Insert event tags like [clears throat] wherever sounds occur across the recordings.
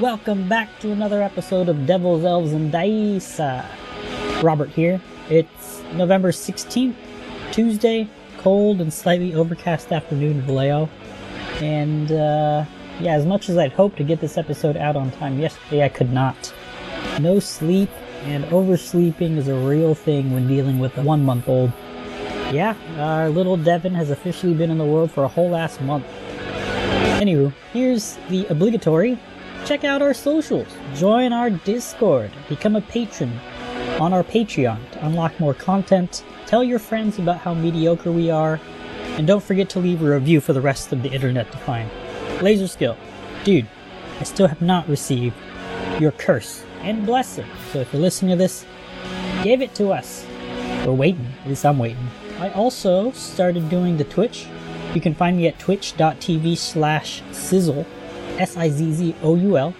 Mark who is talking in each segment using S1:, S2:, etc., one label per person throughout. S1: Welcome back to another episode of Devils, Elves, and Dice. Uh, Robert here. It's November 16th, Tuesday, cold and slightly overcast afternoon in Vallejo. And uh, yeah, as much as I'd hoped to get this episode out on time yesterday, I could not. No sleep and oversleeping is a real thing when dealing with a one month old. Yeah, our little Devin has officially been in the world for a whole last month. Anywho, here's the obligatory check out our socials, join our Discord, become a patron on our Patreon to unlock more content, tell your friends about how mediocre we are, and don't forget to leave a review for the rest of the internet to find. Laser skill, dude, I still have not received your curse and blessing. So if you're listening to this, give it to us. We're waiting. At least I'm waiting. I also started doing the Twitch. You can find me at twitch.tv slash sizzle, S I Z Z O U L.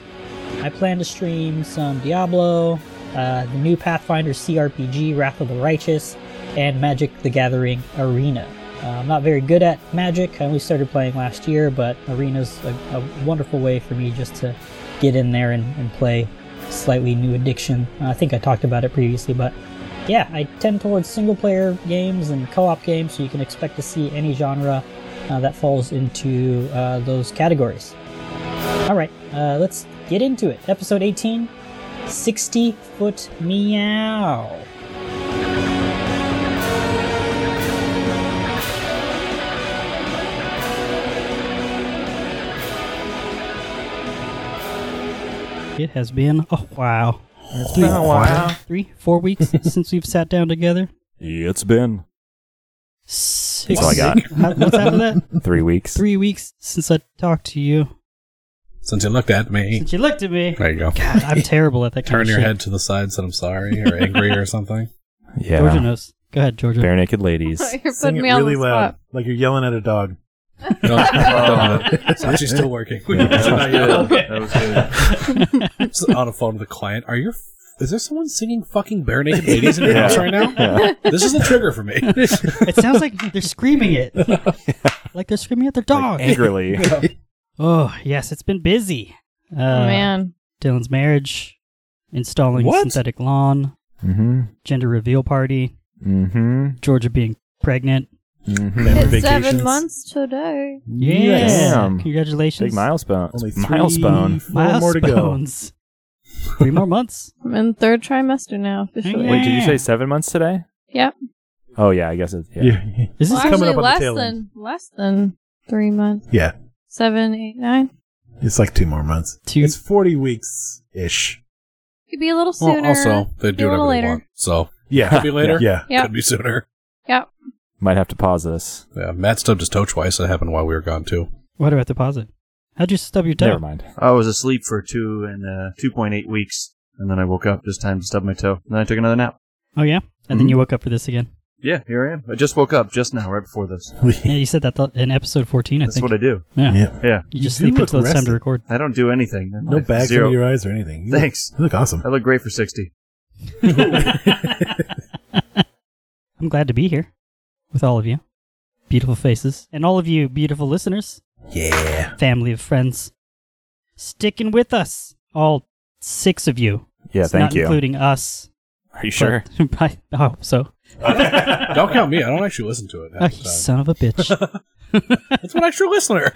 S1: I plan to stream some Diablo, uh, the new Pathfinder CRPG, Wrath of the Righteous, and Magic the Gathering Arena. Uh, I'm not very good at Magic. I only started playing last year, but Arena's a, a wonderful way for me just to get in there and, and play slightly new addiction. Uh, I think I talked about it previously, but yeah, I tend towards single player games and co op games, so you can expect to see any genre uh, that falls into uh, those categories. All right, uh, let's get into it. Episode 18 60 foot meow. It has been a while. It's
S2: been a while.
S1: Three, four [laughs] weeks since we've sat down together.
S2: It's been
S1: Six.
S2: That's all I got.
S1: How- What's after that?
S2: three weeks.
S1: Three weeks since I talked to you.
S3: Since you looked at me.
S1: Since you looked at me.
S3: There you go.
S1: God, I'm terrible at that kind
S3: Turn
S1: of
S3: your
S1: shit.
S3: head to the side, said I'm sorry, or angry, or something.
S1: Georgia
S2: Yeah.
S1: knows. Go ahead, Georgia.
S2: Bare naked
S1: [laughs]
S2: ladies.
S4: [laughs] You're
S5: Sing
S4: putting
S5: it
S4: me on
S5: really
S4: the
S5: loud,
S4: spot.
S5: like you're yelling at a dog.
S3: No, no, it's actually Oh. still working. We can actually not yet. [laughs] Just on a phone with a client. Are you? Is there someone singing fucking bare naked ladies in your house right now? This is a trigger for me.
S1: It sounds like they're screaming it. [laughs] like they're screaming at their dog. [laughs]
S2: Angrily.
S1: oh, yes, it's been busy. Uh,
S4: Oh, man.
S1: Dylan's marriage, installing
S3: What?
S1: synthetic lawn,
S2: mm-hmm.
S1: gender reveal party,
S2: Mm-hmm.
S1: Georgia being pregnant.
S2: Mm-hmm.
S3: Remember
S4: It's seven
S3: vacations?
S4: months today.
S1: Yeah.
S2: Damn.
S1: Congratulations.
S2: Big milestone.
S5: Only three,
S2: milestone.
S5: four more to go.
S1: Milestones. Three more months.
S4: I'm in third trimester now, officially.
S1: Yeah.
S2: Wait, did you say seven months today?
S4: Yep.
S2: Oh yeah, I guess it's yeah.
S5: Yeah.
S1: Is this
S4: Well,
S5: coming
S4: actually,
S5: up on the
S4: less
S5: tail
S4: than
S5: end.
S4: less than three months.
S5: Yeah.
S4: Seven, eight, nine.
S5: It's like two more months.
S1: Two-
S5: It's 40 weeks ish.
S4: Could be a little
S3: Well,
S4: sooner.
S3: also, they
S4: be a
S3: do whatever
S4: little
S3: they
S4: later.
S3: want. So,
S2: [laughs]
S5: Yeah.
S3: Could be later.
S5: Yeah.
S4: Yeah.
S3: could be sooner.
S4: Yep.
S2: Might have to pause this.
S3: Yeah, Matt stubbed his toe twice. That happened while we were gone,
S5: [laughs]
S3: too.
S1: Why do I have to pause it? How'd you stub your toe?
S2: Never mind.
S6: I was asleep for two and uh, two point eight weeks, and then I woke up this time to stub my toe. And then I took another nap.
S1: Oh yeah, and then
S2: Mm-hmm.
S6: Mhm.
S1: you woke up for this again.
S6: Yeah, here I am. I just woke up just now, right before this.
S1: Yeah, you said that th- in episode fourteen. I
S6: That's
S1: think.
S6: what I do.
S1: yeah.
S5: Yeah.
S6: Yeah,
S1: You
S5: You
S1: just
S5: do
S1: sleep
S5: look
S1: until it's time to
S5: rested.
S1: record.
S6: I don't do anything.
S5: No bags
S6: Zero.
S5: under your eyes or anything. You look-
S6: Thanks.
S5: you look awesome.
S6: I look great for sixty.
S1: I'm glad to be here with all of you, beautiful faces, and all of you beautiful listeners,
S5: Yeah.
S1: family of friends, sticking with us, all six of you.
S2: Yeah,
S1: It's
S2: thank
S1: not
S2: you.
S1: including us.
S2: Are
S1: [laughs]
S2: you sure?
S1: but- I, I hope so.
S3: Don't count me. I don't actually listen to it.
S1: Oh,
S3: half the
S1: you
S3: time.
S1: son of a
S2: [laughs]
S1: bitch.
S3: That's one extra
S1: [laughs]
S3: listener.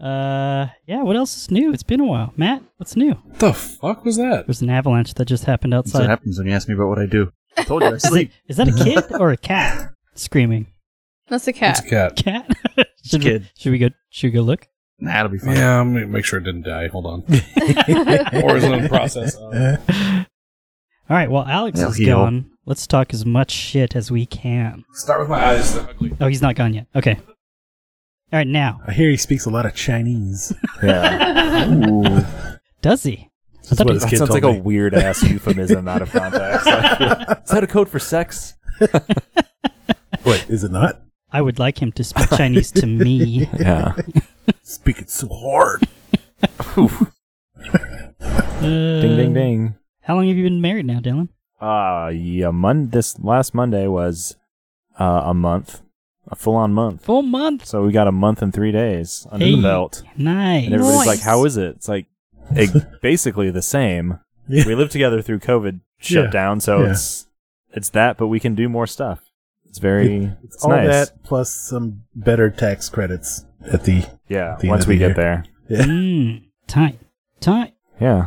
S1: uh, yeah. What else is new? It's been a while. Matt, what's new?
S3: What the fuck was that?
S1: There's an avalanche that just happened
S6: That's what
S1: outside.
S6: happens when you ask me about what I do. I told you I
S1: Is [laughs] that,
S6: sleep.
S1: is that a kid
S2: [laughs]
S1: or a cat screaming?
S4: That's a
S3: It's a cat.
S4: cat.
S1: Cat? [laughs] should, We,
S6: kid.
S1: should we go? Should we go look?
S6: nah, it'll be fine.
S3: Yeah, I'm gonna make sure it didn't die. Hold
S1: [laughs]
S3: on. or is it in process? of-
S1: All right. Well, Alex
S6: Now
S1: is
S6: heal.
S1: gone. Let's talk as much shit as we can.
S3: Start with my eyes. They're ugly.
S1: Oh, he's not gone yet. Okay. All right. Now,
S5: I hear he speaks a lot of Chinese.
S1: [laughs]
S2: Yeah.
S1: does he?
S5: That's
S1: thought
S5: what
S1: he-
S5: his
S2: That
S5: kid
S2: sounds
S5: told
S2: like
S5: me.
S2: a weird ass
S5: [laughs]
S2: euphemism out of context. Is that a code for sex?
S5: Wait, is it not?
S1: I would like him to
S2: [laughs]
S1: speak Chinese to me.
S2: Yeah.
S5: Speak it so hard.
S1: Uh,
S2: Ding, ding, ding.
S1: How long have you been married now, Dylan?
S2: Uh, yeah, Mon- this last Monday was uh, a month, a full on month.
S1: Full month.
S2: So we got a month and three days under
S1: Hey.
S2: the belt.
S1: Nice.
S2: And everybody's
S4: Nice.
S2: like, how is it? It's like
S5: [laughs]
S2: it, basically the same.
S5: Yeah.
S2: We live together through COVID shutdown, so
S5: Yeah.
S2: it's it's that, but we can do more stuff. It's very it's,
S5: all
S2: nice.
S5: that plus some better tax credits at the
S2: Yeah,
S5: the end
S2: once
S5: of
S2: we
S5: the
S2: get there.
S1: Mm, tight. Tight.
S2: Yeah.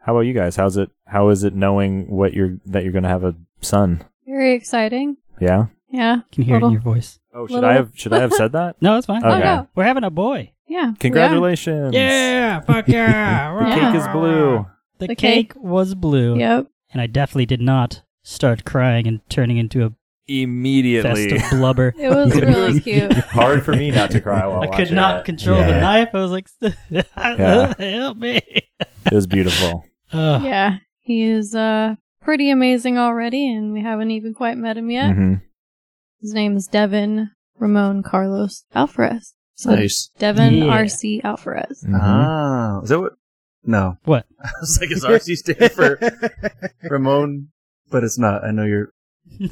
S2: How about you guys? How's it how is it knowing what you're that you're gonna have a son?
S4: Very exciting.
S2: Yeah?
S4: Yeah.
S1: Can hear it
S4: Little-
S1: in your voice.
S2: Oh should
S4: Little-
S2: I have should I have said that?
S1: No, it's fine.
S4: Oh,
S2: Okay.
S4: no.
S1: We're having a boy.
S4: [laughs] Yeah. we are.
S2: Congratulations. [laughs]
S1: Yeah, fuck yeah.
S2: The
S4: Yeah.
S2: cake is blue.
S1: The,
S4: The
S1: cake,
S4: cake.
S1: was blue.
S4: Yep.
S1: And I definitely did not start crying and turning into a fest
S5: [laughs]
S2: Immediately.
S1: of
S4: [laughs]
S1: blubber.
S4: It was really cute.
S2: Hard for me not to cry while
S1: I could
S2: watching
S1: not
S2: it.
S1: control the
S5: Yeah.
S1: knife. I was like, [laughs] help
S5: [laughs]
S1: me.
S2: It was beautiful.
S1: Ugh. [laughs]
S4: yeah. He is uh pretty amazing already and we haven't even quite met him yet.
S2: Mhm.
S4: His name is Devin Ramon Carlos Alvarez. So
S6: Nice.
S4: Devin
S1: Yeah.
S4: RC Alvarez.
S2: Mhm.
S5: Uh-huh.
S6: Ah, is that what? No.
S1: What?
S6: [laughs] I was like, is RC stand
S5: [laughs]
S6: for Ramon? But it's not. I know your.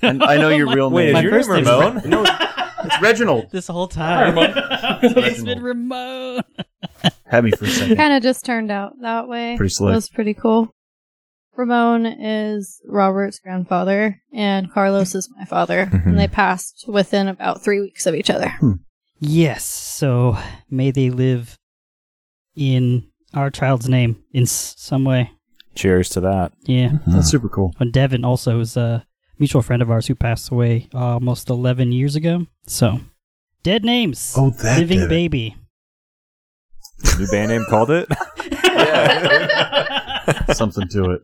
S6: I, I know
S1: [laughs]
S6: your
S1: My-
S6: real
S2: Wait,
S6: name.
S2: is
S1: my
S2: your
S1: first
S2: name
S1: name's
S2: Ramon?
S1: Ra-
S6: no, it's Reginald.
S1: This whole time. [laughs] it's been
S6: Reginald.
S1: Ramon.
S6: Had me for a second.
S4: kind of just turned out that way.
S6: Pretty slick.
S4: It was pretty cool. Ramon is Robert's grandfather, and Carlos is my father,
S2: Mhm.
S5: Mm-hmm.
S4: and they passed within about three weeks of each other.
S5: Hmm.
S1: Yes, so may they live in our child's name in s- some way.
S2: Cheers to that.
S5: [laughs]
S1: Yeah.
S6: That's super cool.
S1: But Devin also is a mutual friend of ours who passed away uh, almost 11 years ago. So, dead names.
S5: oh that
S1: Living
S5: did it.
S1: baby.
S2: New band name called it.
S6: Something to it.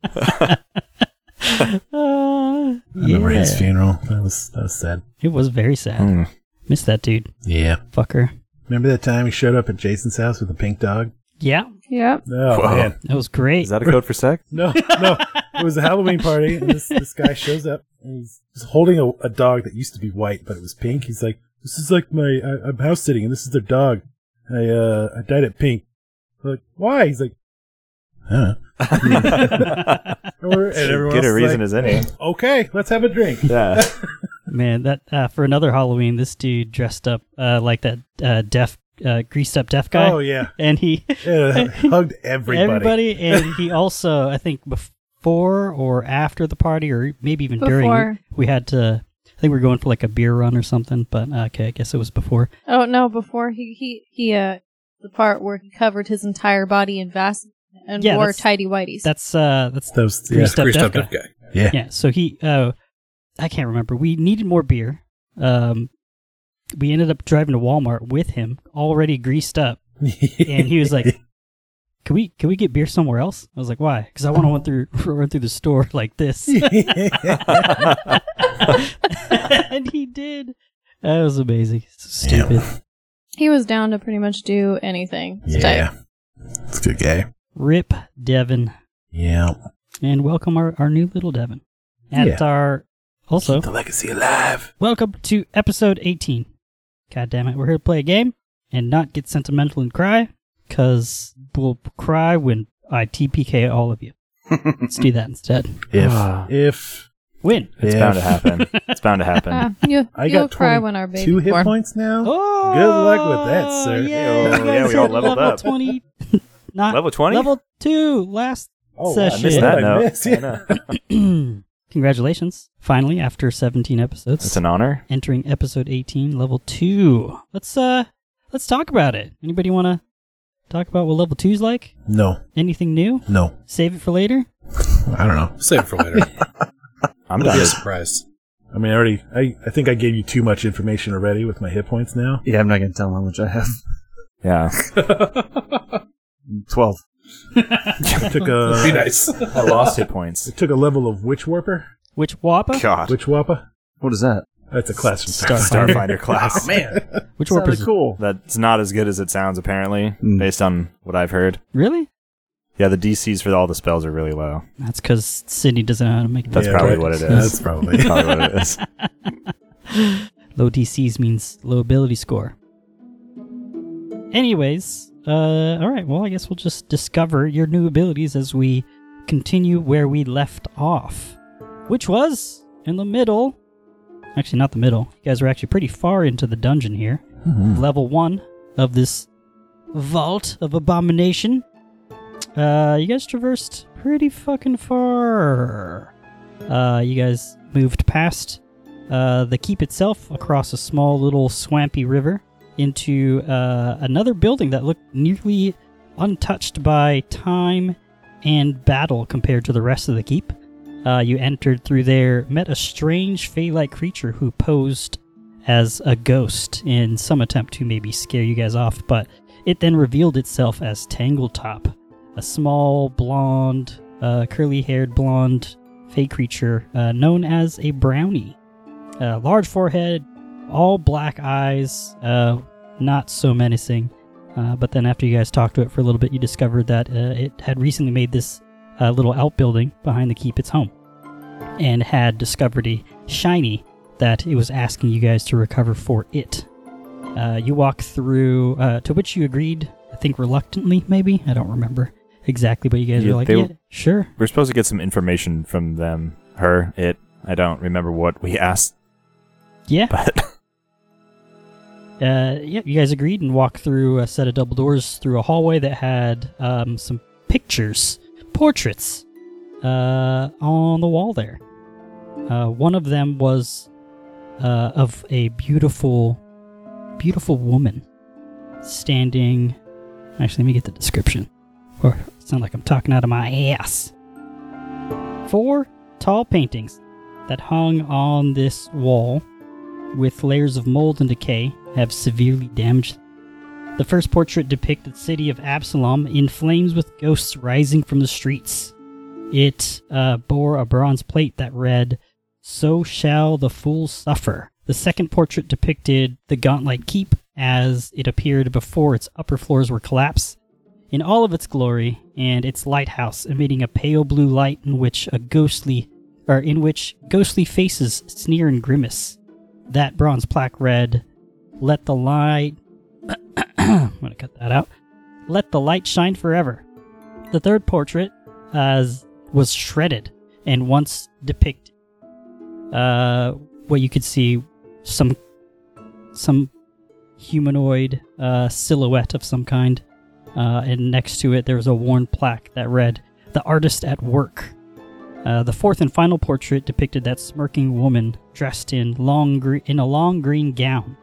S1: Uh,
S5: I remember his Oh.
S1: yeah.
S5: funeral. That was that was sad.
S1: It was very sad.
S2: Hmm.
S1: Miss that dude.
S5: Yeah.
S1: Fucker.
S5: Remember that time he showed up at Jason's house with a pink dog?
S1: Yeah,
S4: Yep.
S5: No,
S2: Wow.
S5: man.
S1: that was great.
S2: Is that a code for
S5: [laughs]
S2: sex?
S5: No, no. It was a Halloween party, and this, this guy shows up, and he's he's holding a, a dog that used to be white, but it was pink. He's like, "This is like my I, I'm house sitting, and this is their dog. I uh I dyed it pink." I'm like, why? He's like, "Huh?" Or- and everyone
S2: Get
S5: else
S2: a
S5: is
S2: reason
S5: like,
S2: as any.
S5: Okay, let's have a drink.
S2: Yeah.
S1: Man, that uh, for another Halloween, this dude dressed up uh, like that uh, deaf, uh, greased up deaf guy,
S5: Oh yeah,
S1: and he
S5: Yeah, [laughs] hugged everybody.
S1: everybody, and he also, I think, before or after the party, or maybe even during,
S4: Before.
S1: we had to. I think we were going for like a beer run or something, but uh, okay, I guess it was before.
S4: Oh no! Before he he he uh the part where he covered his entire body in Vaseline and
S1: Yeah,
S4: wore
S1: that's-
S4: tidy whities.
S1: That's uh, that's
S5: That was yeah.
S1: Greased up
S3: Greased
S1: deaf
S3: up
S1: guy.
S3: deaf guy.
S1: yeah so he uh i can't remember we needed more beer um we ended up driving to walmart with him already greased up and he was like can we can we get beer somewhere else i was like why because i want to run through [laughs] run through the store [laughs] like
S5: [laughs]
S1: this and he did that was amazing so
S5: Damn.
S1: stupid
S4: he was down to pretty much do anything. It's tight.
S5: yeah, [laughs] [laughs] it's a good guy.
S1: rip devin
S5: Yeah,
S1: and welcome our, our new little devin at
S5: Yeah.
S1: our also
S5: the legacy alive.
S1: Welcome to episode 18. God damn it, we're here to play a game and not get sentimental and cry, because we'll cry when I TPK all of you. Let's do that instead.
S5: If
S2: Ah.
S5: if
S1: Win.
S2: It's
S5: if
S2: bound to happen. It's bound to
S4: [laughs]
S2: happen.
S4: Ah, you,
S5: I
S4: you'll
S5: got
S4: cry when our baby
S5: two hit
S4: born.
S5: points now.
S1: Oh,
S5: Good luck with that, sir.
S1: Yeah,
S2: Yeah,
S1: you
S2: yeah,
S1: guys
S2: we all
S1: hit
S2: leveled
S1: level
S2: up.
S1: 20. not
S2: Level 20?
S1: level 2 last
S5: wow,
S2: I
S1: session.
S2: missed that
S5: Oh, I
S2: note.
S5: missed,
S2: I
S5: [laughs] yeah.
S2: know.
S1: [clears throat] Congratulations. Finally, after 17 episodes.
S2: It's an honor.
S1: entering episode 18 level 2 let's uh let's talk about it anybody want to talk about what level 2's like
S5: No,
S1: anything new
S5: no,
S1: save it for later
S5: I don't know.
S3: Save it for later.
S2: I'm
S3: I'm not
S2: down.
S3: be
S2: to-
S3: surprised.
S5: I mean, I already. I, I think I gave you too much information already with my hit points now.
S6: Yeah, I'm not going to tell him how much I have.
S2: Yeah.
S6: 12.
S5: It
S3: [laughs] [laughs]
S5: took
S3: Be
S5: a
S3: nice.
S2: I lost hit points.
S5: [laughs] it took a level of Witch Warper,
S1: which wappa
S2: God.
S5: Witch Wappa.
S6: What is that?
S5: That's a class from Star.
S2: Starfinder class.
S6: man.
S1: which warp is it?
S6: cool.
S2: That's not as good as it sounds, apparently,
S5: Hmm.
S6: Mm.
S2: based on what I've heard.
S1: really
S2: Yeah, the DCs for all the spells are really low.
S1: that's because sydney doesn't know how to make
S2: That's
S1: that
S2: probably what it is.
S5: That's probably.
S2: Probably what it
S5: [laughs]
S2: is.
S1: low dcs means low ability score anyways Uh, all right. Well, I guess we'll just discover your new abilities as we continue where we left off, which was in the middle. Actually, not the middle. You guys are actually pretty far into the dungeon here. Level one of this vault of abomination. Uh, you guys traversed pretty fucking far. Uh, you guys moved past uh, the keep itself across a small little swampy river into uh, another building that looked nearly untouched by time and battle compared to the rest of the keep. Uh, you entered through there, met a strange fey like creature who posed as a ghost in some attempt to maybe scare you guys off, but it then revealed itself as Tangletop, a small, blonde, uh, curly haired blonde fey creature uh, known as a brownie. Uh, large forehead, all black eyes, uh, not so menacing. Uh, but then after you guys talked to it for a little bit, you discovered that uh, it had recently made this uh, little outbuilding behind the keep its home and had discovered a shiny that it was asking you guys to recover for it. Uh, you walk through, uh, to which you agreed, I think reluctantly, maybe? I don't remember exactly, but you guys
S2: Yeah,
S1: were like,
S2: they
S1: yeah,
S2: were-
S1: sure.
S2: We're supposed to get some information from them. Her, it. I don't remember what we asked,
S1: Yeah. [laughs]
S2: but
S1: uh, yeah, you guys agreed and walked through a set of double doors through a hallway that had um, some pictures, portraits, uh, on the wall there. Uh, one of them was uh, of a beautiful, beautiful woman standing. Actually, let me get the description. Or it's not like I'm talking out of my ass. Four tall paintings that hung on this wall with layers of mold and decay, have severely damaged them. The first portrait depicted the city of Absalom in flames with ghosts rising from the streets. It uh, bore a bronze plate that read, So shall the fool suffer. The second portrait depicted the Gauntlet Keep as it appeared before its upper floors were collapsed, in all of its glory, and its lighthouse emitting a pale blue light in which a ghostly, or in which ghostly faces sneer and grimace that bronze plaque read, "Let the light." [clears throat] I'm gonna cut that out. Let the light shine forever. The third portrait uh, was shredded and once depicted. Uh, where you could see some some humanoid uh, silhouette of some kind, uh, and next to it there was a worn plaque that read, "The artist at work." Uh, the fourth and final portrait depicted that smirking woman dressed in long gre- in a long green gown,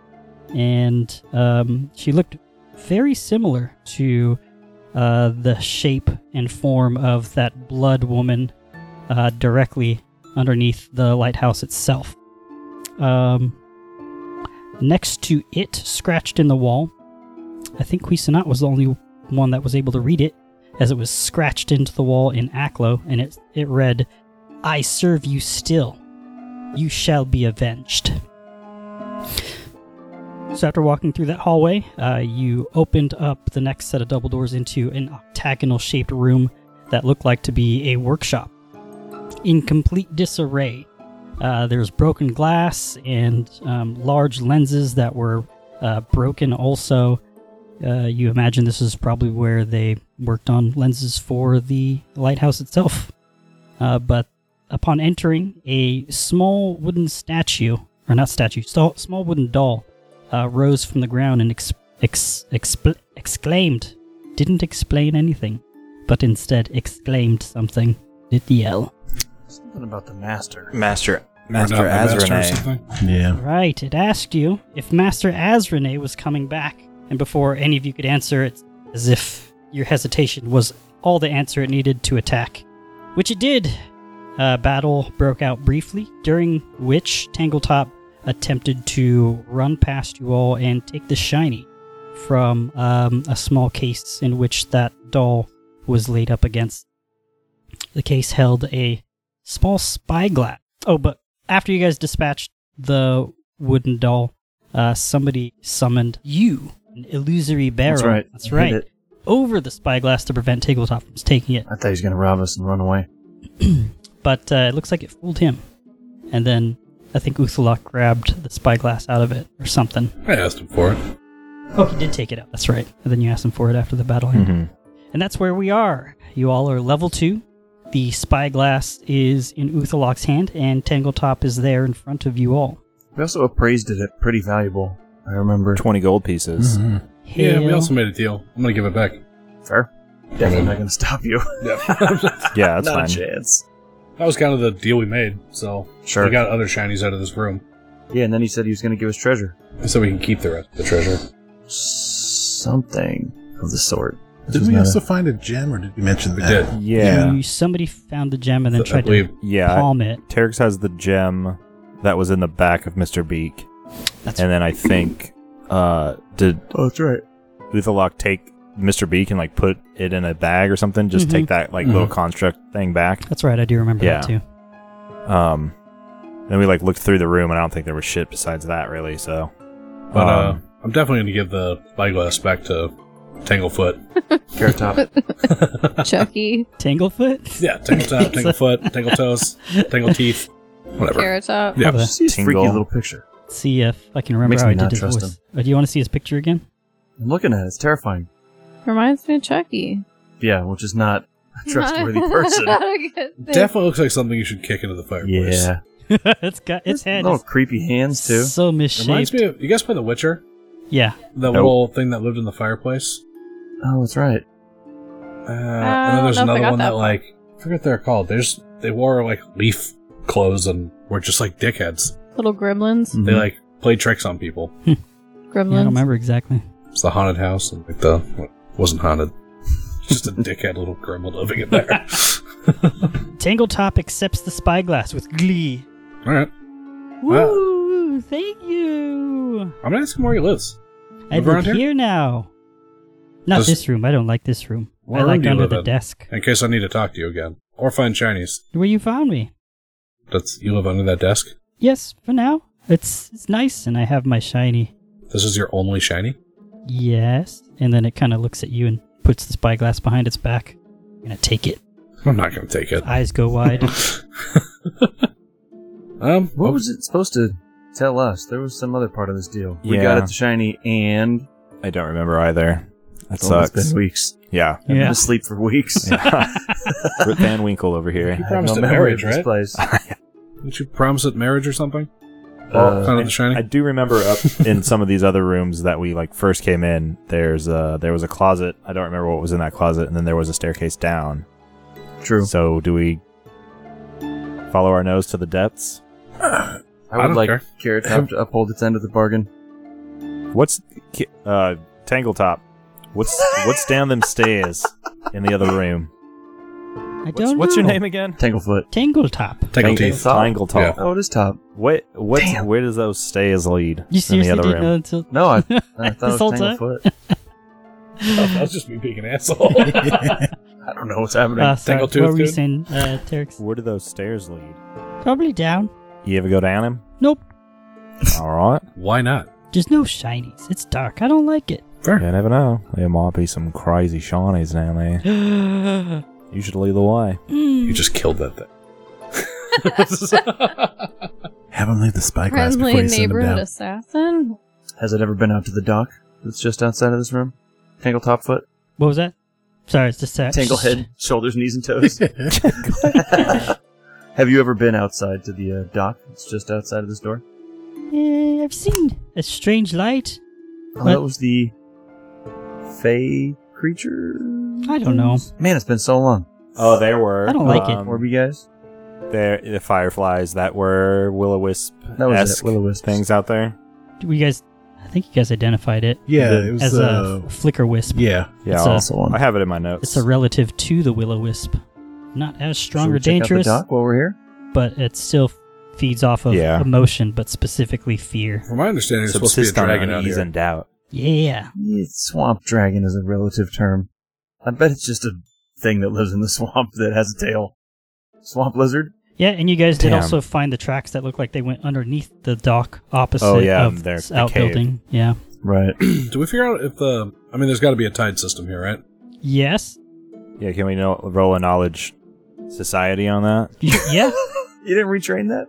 S1: and um, she looked very similar to uh, the shape and form of that blood woman uh, directly underneath the lighthouse itself. Um, next to it, scratched in the wall, I think Cuisinart was the only one that was able to read it as it was scratched into the wall in Aklo, and it, it read, I serve you still. You shall be avenged. So, after walking through that hallway, uh, you opened up the next set of double doors into an octagonal shaped room that looked like to be a workshop. In complete disarray, uh, there's broken glass and um, large lenses that were uh, broken also. Uh, you imagine this is probably where they worked on lenses for the lighthouse itself. Uh, but upon entering, a small wooden statue, or not statue, st- small wooden doll, uh, rose from the ground and ex- ex- expl- exclaimed, didn't explain anything, but instead exclaimed something. Did the L.
S6: Something about the master.
S2: Master
S3: Or not, or master or something.
S5: [laughs] Yeah.
S1: Right, it asked you if Master Azrene was coming back, and before any of you could answer it, as if your hesitation was all the answer it needed to attack, which it did. A battle broke out briefly, during which Tangletop attempted to run past you all and take the shiny from um, a small case in which that doll was laid up against. The case held a small spyglass. Oh, but after you guys dispatched the wooden doll, uh, somebody summoned you, an illusory barrel.
S6: That's right.
S1: That's right.
S6: Hit it.
S1: Over the spyglass to prevent Tabletop from taking it,
S6: I thought he was going to rob us and run away.
S1: but uh, it looks like it fooled him. And then I think Uthalok grabbed the spyglass out of it or something.
S3: I asked him for it.
S1: Oh, he did take it out. That's right. And then you asked him for it after the battle.
S6: Mm-hmm.
S1: here.
S2: Mm-hmm.
S1: And that's where we are. You all are level two. The spyglass is in Uthalok's hand, and Tangletop is there in front of you all.
S6: We also appraised it at pretty valuable. I remember.
S2: 20 gold pieces.
S3: Yeah, we
S1: Hail-
S3: also made a deal. I'm gonna give it back.
S6: Fair. Definitely not going to stop you.
S2: [laughs] Yeah,
S6: [laughs] not
S2: that's
S6: a
S2: fine.
S6: chance.
S3: That was kind of the deal we made. So
S6: Sure.
S3: we got other shinies out of this room,
S6: Yeah, and then he said he was going to give us treasure.
S3: so we can keep the rest, the treasure.
S6: Something of the sort. This
S5: Did
S6: was
S5: we
S6: not
S5: also find a gem, or did we mention
S3: We
S5: that?
S3: did.
S2: Yeah.
S1: You, somebody found the gem and then
S3: I
S1: tried to
S3: believe-
S2: Yeah.
S1: palm it.
S2: Terex has the gem that was in the back of Mr. Beak.
S1: That's
S2: and then I think, uh, did
S6: A, oh, that's right.
S2: Uthalok take Mr. Beak and like put it in a bag or something? Just
S1: Mhm.
S2: take that like little construct thing back.
S1: That's right. I do remember that
S2: Yeah.
S1: too.
S2: Um, then we like looked through the room and I don't think there was shit besides that really. So, um,
S3: But uh, I'm definitely gonna give the spyglass back to Tanglefoot.
S6: Carrot top.
S4: Chucky,
S1: Tanglefoot. [laughs]
S3: [laughs] Yeah,
S2: [laughs]
S3: Tangle Top, Tangle Foot, Tangle Toes, Tangle Teeth, whatever.
S4: Carrot
S5: [laughs]
S4: Top.
S3: Yeah.
S1: Hold on.
S6: See his freaky
S2: Tingle.
S6: little picture.
S1: See if I can remember
S6: Makes
S1: how
S6: me
S1: I did
S6: not
S1: his
S6: trust
S1: voice. Uh, do you want to see his picture again? [laughs]
S6: I'm looking at it. It's terrifying.
S4: Reminds me of Chucky.
S6: Yeah, which is not
S4: [laughs]
S6: a trustworthy person.
S4: Not a good thing.
S3: Definitely looks like something you should kick into the fireplace.
S6: Yeah.
S1: it's got its head
S6: Little
S1: is
S6: creepy hands, too.
S1: so
S3: Reminds
S1: misshaped.
S3: me of you guys play The Witcher?
S1: yeah.
S3: The
S2: Nope.
S3: little thing that lived in the fireplace?
S6: Oh, that's right.
S3: Uh, and then there's
S4: don't know if
S3: another
S4: I got
S3: one
S4: that
S3: that,
S4: one.
S3: like I forget what they're called. There's they wore like leaf clothes and were just like dickheads.
S4: Little gremlins.
S2: Mm-hmm.
S3: They like play tricks on people.
S1: Mm, yeah. I
S4: Gremlins.
S1: don't remember exactly.
S3: It's the haunted house and like the what wasn't haunted. [laughs] just a dickhead little gremlin living in there. [laughs]
S1: Tangletop accepts the spyglass with glee.
S3: Alright. Wow.
S1: Woo! Thank you.
S3: I'm gonna ask him where he lives.
S1: I
S3: Live
S1: live
S3: around
S1: here?
S3: here?
S1: now. Not
S3: Does-
S1: this room. I don't like this room.
S3: Where
S1: I
S3: room
S1: like
S3: do you
S1: under
S3: live
S1: the
S3: in?
S1: desk.
S3: In case I need to talk to you again. Or find Chinese.
S1: Where you found me.
S3: That's you live under that desk?
S1: Yes, for now. It's it's nice and I have my shiny.
S3: This is your only shiny?
S1: Yes. And then it kind of looks at you and puts the spyglass behind its back. I'm going to take it.
S3: I'm not gonna take it.
S1: Eyes go wide.
S3: Um
S1: Oh.
S6: What was it supposed to tell us? There was some other part of this deal. We
S2: Yeah.
S6: got it to shiny, and oh,
S2: I don't remember either. That
S6: It's almost
S2: sucks.
S6: Been weeks.
S2: Yeah.
S6: I've been
S1: yeah.
S6: asleep for weeks. [laughs]
S2: yeah. Rip Van Winkle over
S6: I
S2: here.
S6: have
S3: promised
S6: no
S3: a
S6: memory
S3: marriage,
S6: of this
S1: [laughs]
S3: right?
S6: place.
S3: Didn't you promise it marriage or something?
S6: Uh,
S3: Found the shiny?
S2: I do remember [laughs] up in some of these other rooms that we like first came in. There's uh there was a closet. I don't remember what was in that closet, and then there was a staircase down.
S6: True.
S2: So do we follow our nose to the depths?
S3: I
S6: I would
S3: don't
S6: like
S3: care.
S6: Carrot Top to uphold its end of the bargain.
S2: What's ki- uh Tangletop? What's what's down them stairs in the other room?
S1: I
S2: What's,
S1: don't
S2: what's your
S1: know.
S2: name again?
S6: Tanglefoot.
S1: Tangletop.
S3: Tangle
S2: Tangle-
S3: teeth.
S2: Tangletop.
S3: Yeah.
S6: Oh, it is top.
S2: What what
S6: Damn.
S2: where does those stairs lead
S1: You
S2: in the
S1: seriously
S2: other
S1: didn't know
S2: room?
S1: until
S6: No,
S1: [laughs]
S6: I, I thought
S1: This
S6: it
S1: whole
S6: was
S1: time?
S6: Tanglefoot.
S3: [laughs] that was just me being an asshole. [laughs]
S6: I don't know what's happening.
S1: uh, sorry,
S3: Tangletooth
S1: what were you
S3: dude?
S1: saying, uh, Terex?
S2: Where do those stairs lead?
S1: Probably down.
S2: You ever go down [laughs] them?
S1: Nope.
S2: All right.
S3: Why not?
S1: There's no shinies. It's dark. I don't like it. [gasps] [laughs]
S3: Fair.
S2: You never know. There might be some crazy shinies down there. You should lead
S1: [laughs]
S2: the way.
S3: You just killed that thing.
S5: Have him leave the spyglass before
S4: Friendly
S5: you send him
S4: neighborhood
S5: down.
S4: assassin.
S6: Has it ever been out to the dock that's just outside of this room? Tangle top foot?
S1: What was that? Sorry, it's just that. [laughs]
S6: Tangle head, shoulders, knees, and toes. Have you ever been outside to the uh, dock that's just outside of this door?
S1: Eh, I've seen a strange light.
S6: Oh,
S1: What?
S6: that was the fey creature?
S1: I don't know.
S6: Man, it's been so long.
S2: Oh, there were. Um,
S1: I don't like it.
S6: Orby guys?
S2: There, the fireflies that were will o wisp
S6: That was it, will-o-wisps.
S2: things out there.
S1: Do you guys? I think you guys identified it
S5: Yeah, it was.
S1: as
S5: Uh,
S1: a f- flicker wisp.
S5: yeah,
S2: Yeah,
S1: It's
S2: I'll-
S1: a-
S6: So on.
S2: I have it in my notes.
S1: It's a relative to the willow wisp. Not as strong
S6: Should
S1: or
S6: we check out
S1: dangerous,
S6: the dock while we're here?
S1: but it still feeds off of
S2: Yeah.
S1: emotion, but specifically fear.
S3: From my understanding, it's supposed to be a
S2: subsist on
S3: dragon out
S2: unease
S3: [clears throat] here.
S2: and doubt.
S1: Yeah.
S6: Yeah, swamp dragon is a relative term. I bet it's just a thing that lives in the swamp that has a tail. Swamp lizard?
S1: Yeah, and you guys did
S2: Damn.
S1: also find the tracks that look like they went underneath the dock opposite
S2: Oh, yeah,
S1: of
S2: they're-
S1: this
S2: the cave.
S1: outbuilding. Yeah.
S6: Right.
S3: Do we figure out if the? I mean, there's got to be a tide system here, right?
S1: Yes. [laughs]
S2: Yeah, can we know, roll a knowledge society on that?
S1: yeah.
S6: [clears throat] You didn't retrain that?